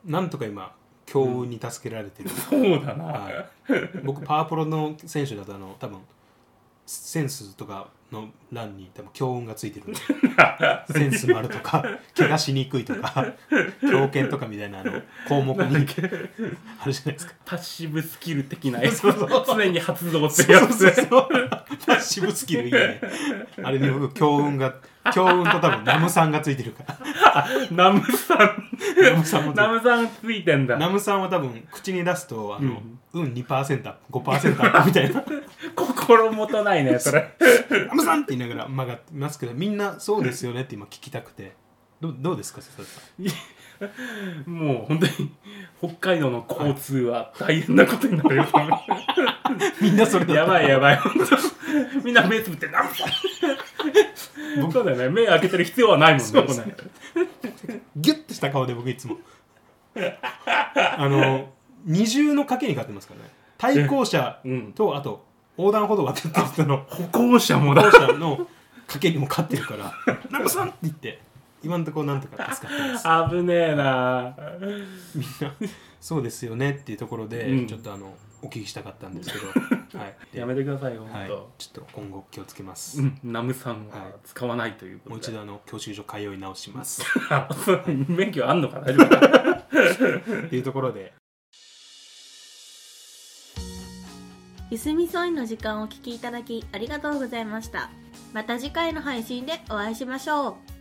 S1: なんとか今強運に助けられてる、
S2: そうだな、
S1: はい、僕パワープロの選手だとあの多分センスとかの欄に多分強運がついて るんでセンス丸とか怪我しにくいとか強肩とかみたいなあの項目
S2: なんだっ
S1: に
S2: け
S1: あるじゃないですか
S2: パッシブスキル的なやつ
S1: そうそうそう
S2: 常に発動ってやつ
S1: パッシブスキルいいねあれに僕強運が強運と多分ナムさんがついてるから
S2: ナムさ
S1: ナムさんも
S2: ん
S1: ついてる
S2: ナムさんついてんだ
S1: ナムさんは多分口に出すとあの、運2%アップ5%アップみたいな
S2: 心もとないねそれ
S1: ナムさんって言いながら曲がってますけどみんなそうですよねって今聞きたくてどうどうですか 笹田さん
S2: もう本当に北海道の交通は大変なことになるよ
S1: みんなそれだった
S2: やばいやばい本当みんな目つぶってナムさんそうだよね目開けてる必要はないもんね
S1: うそう
S2: こんなの
S1: ギュッとした顔で僕いつもあの二重の賭けに勝ってますからね対向車
S2: うん
S1: とあと横断歩道渡ってる人の
S2: 歩行者も
S1: 歩
S2: だ
S1: 行者の賭けにも勝ってるから「ナムさん!」って言って今んとこなんとか助かってます
S2: 危ねえな
S1: みんなそうですよねっていうところで、
S2: うん
S1: ちょっとあのお聞きしたかったんですけど、 はい、で
S2: やめてくださいよ
S1: は
S2: 本
S1: い、ちょ
S2: 当
S1: っと今後気をつけます、
S2: うんナムさんは使わないというこ
S1: もう一
S2: とで
S1: 度あの教習所通い直します
S2: 免許あんのかな大丈夫かな
S1: っていうところで
S4: ゆすみそいの時間をお聞きいただきありがとうございましたまた次回の配信でお会いしましょう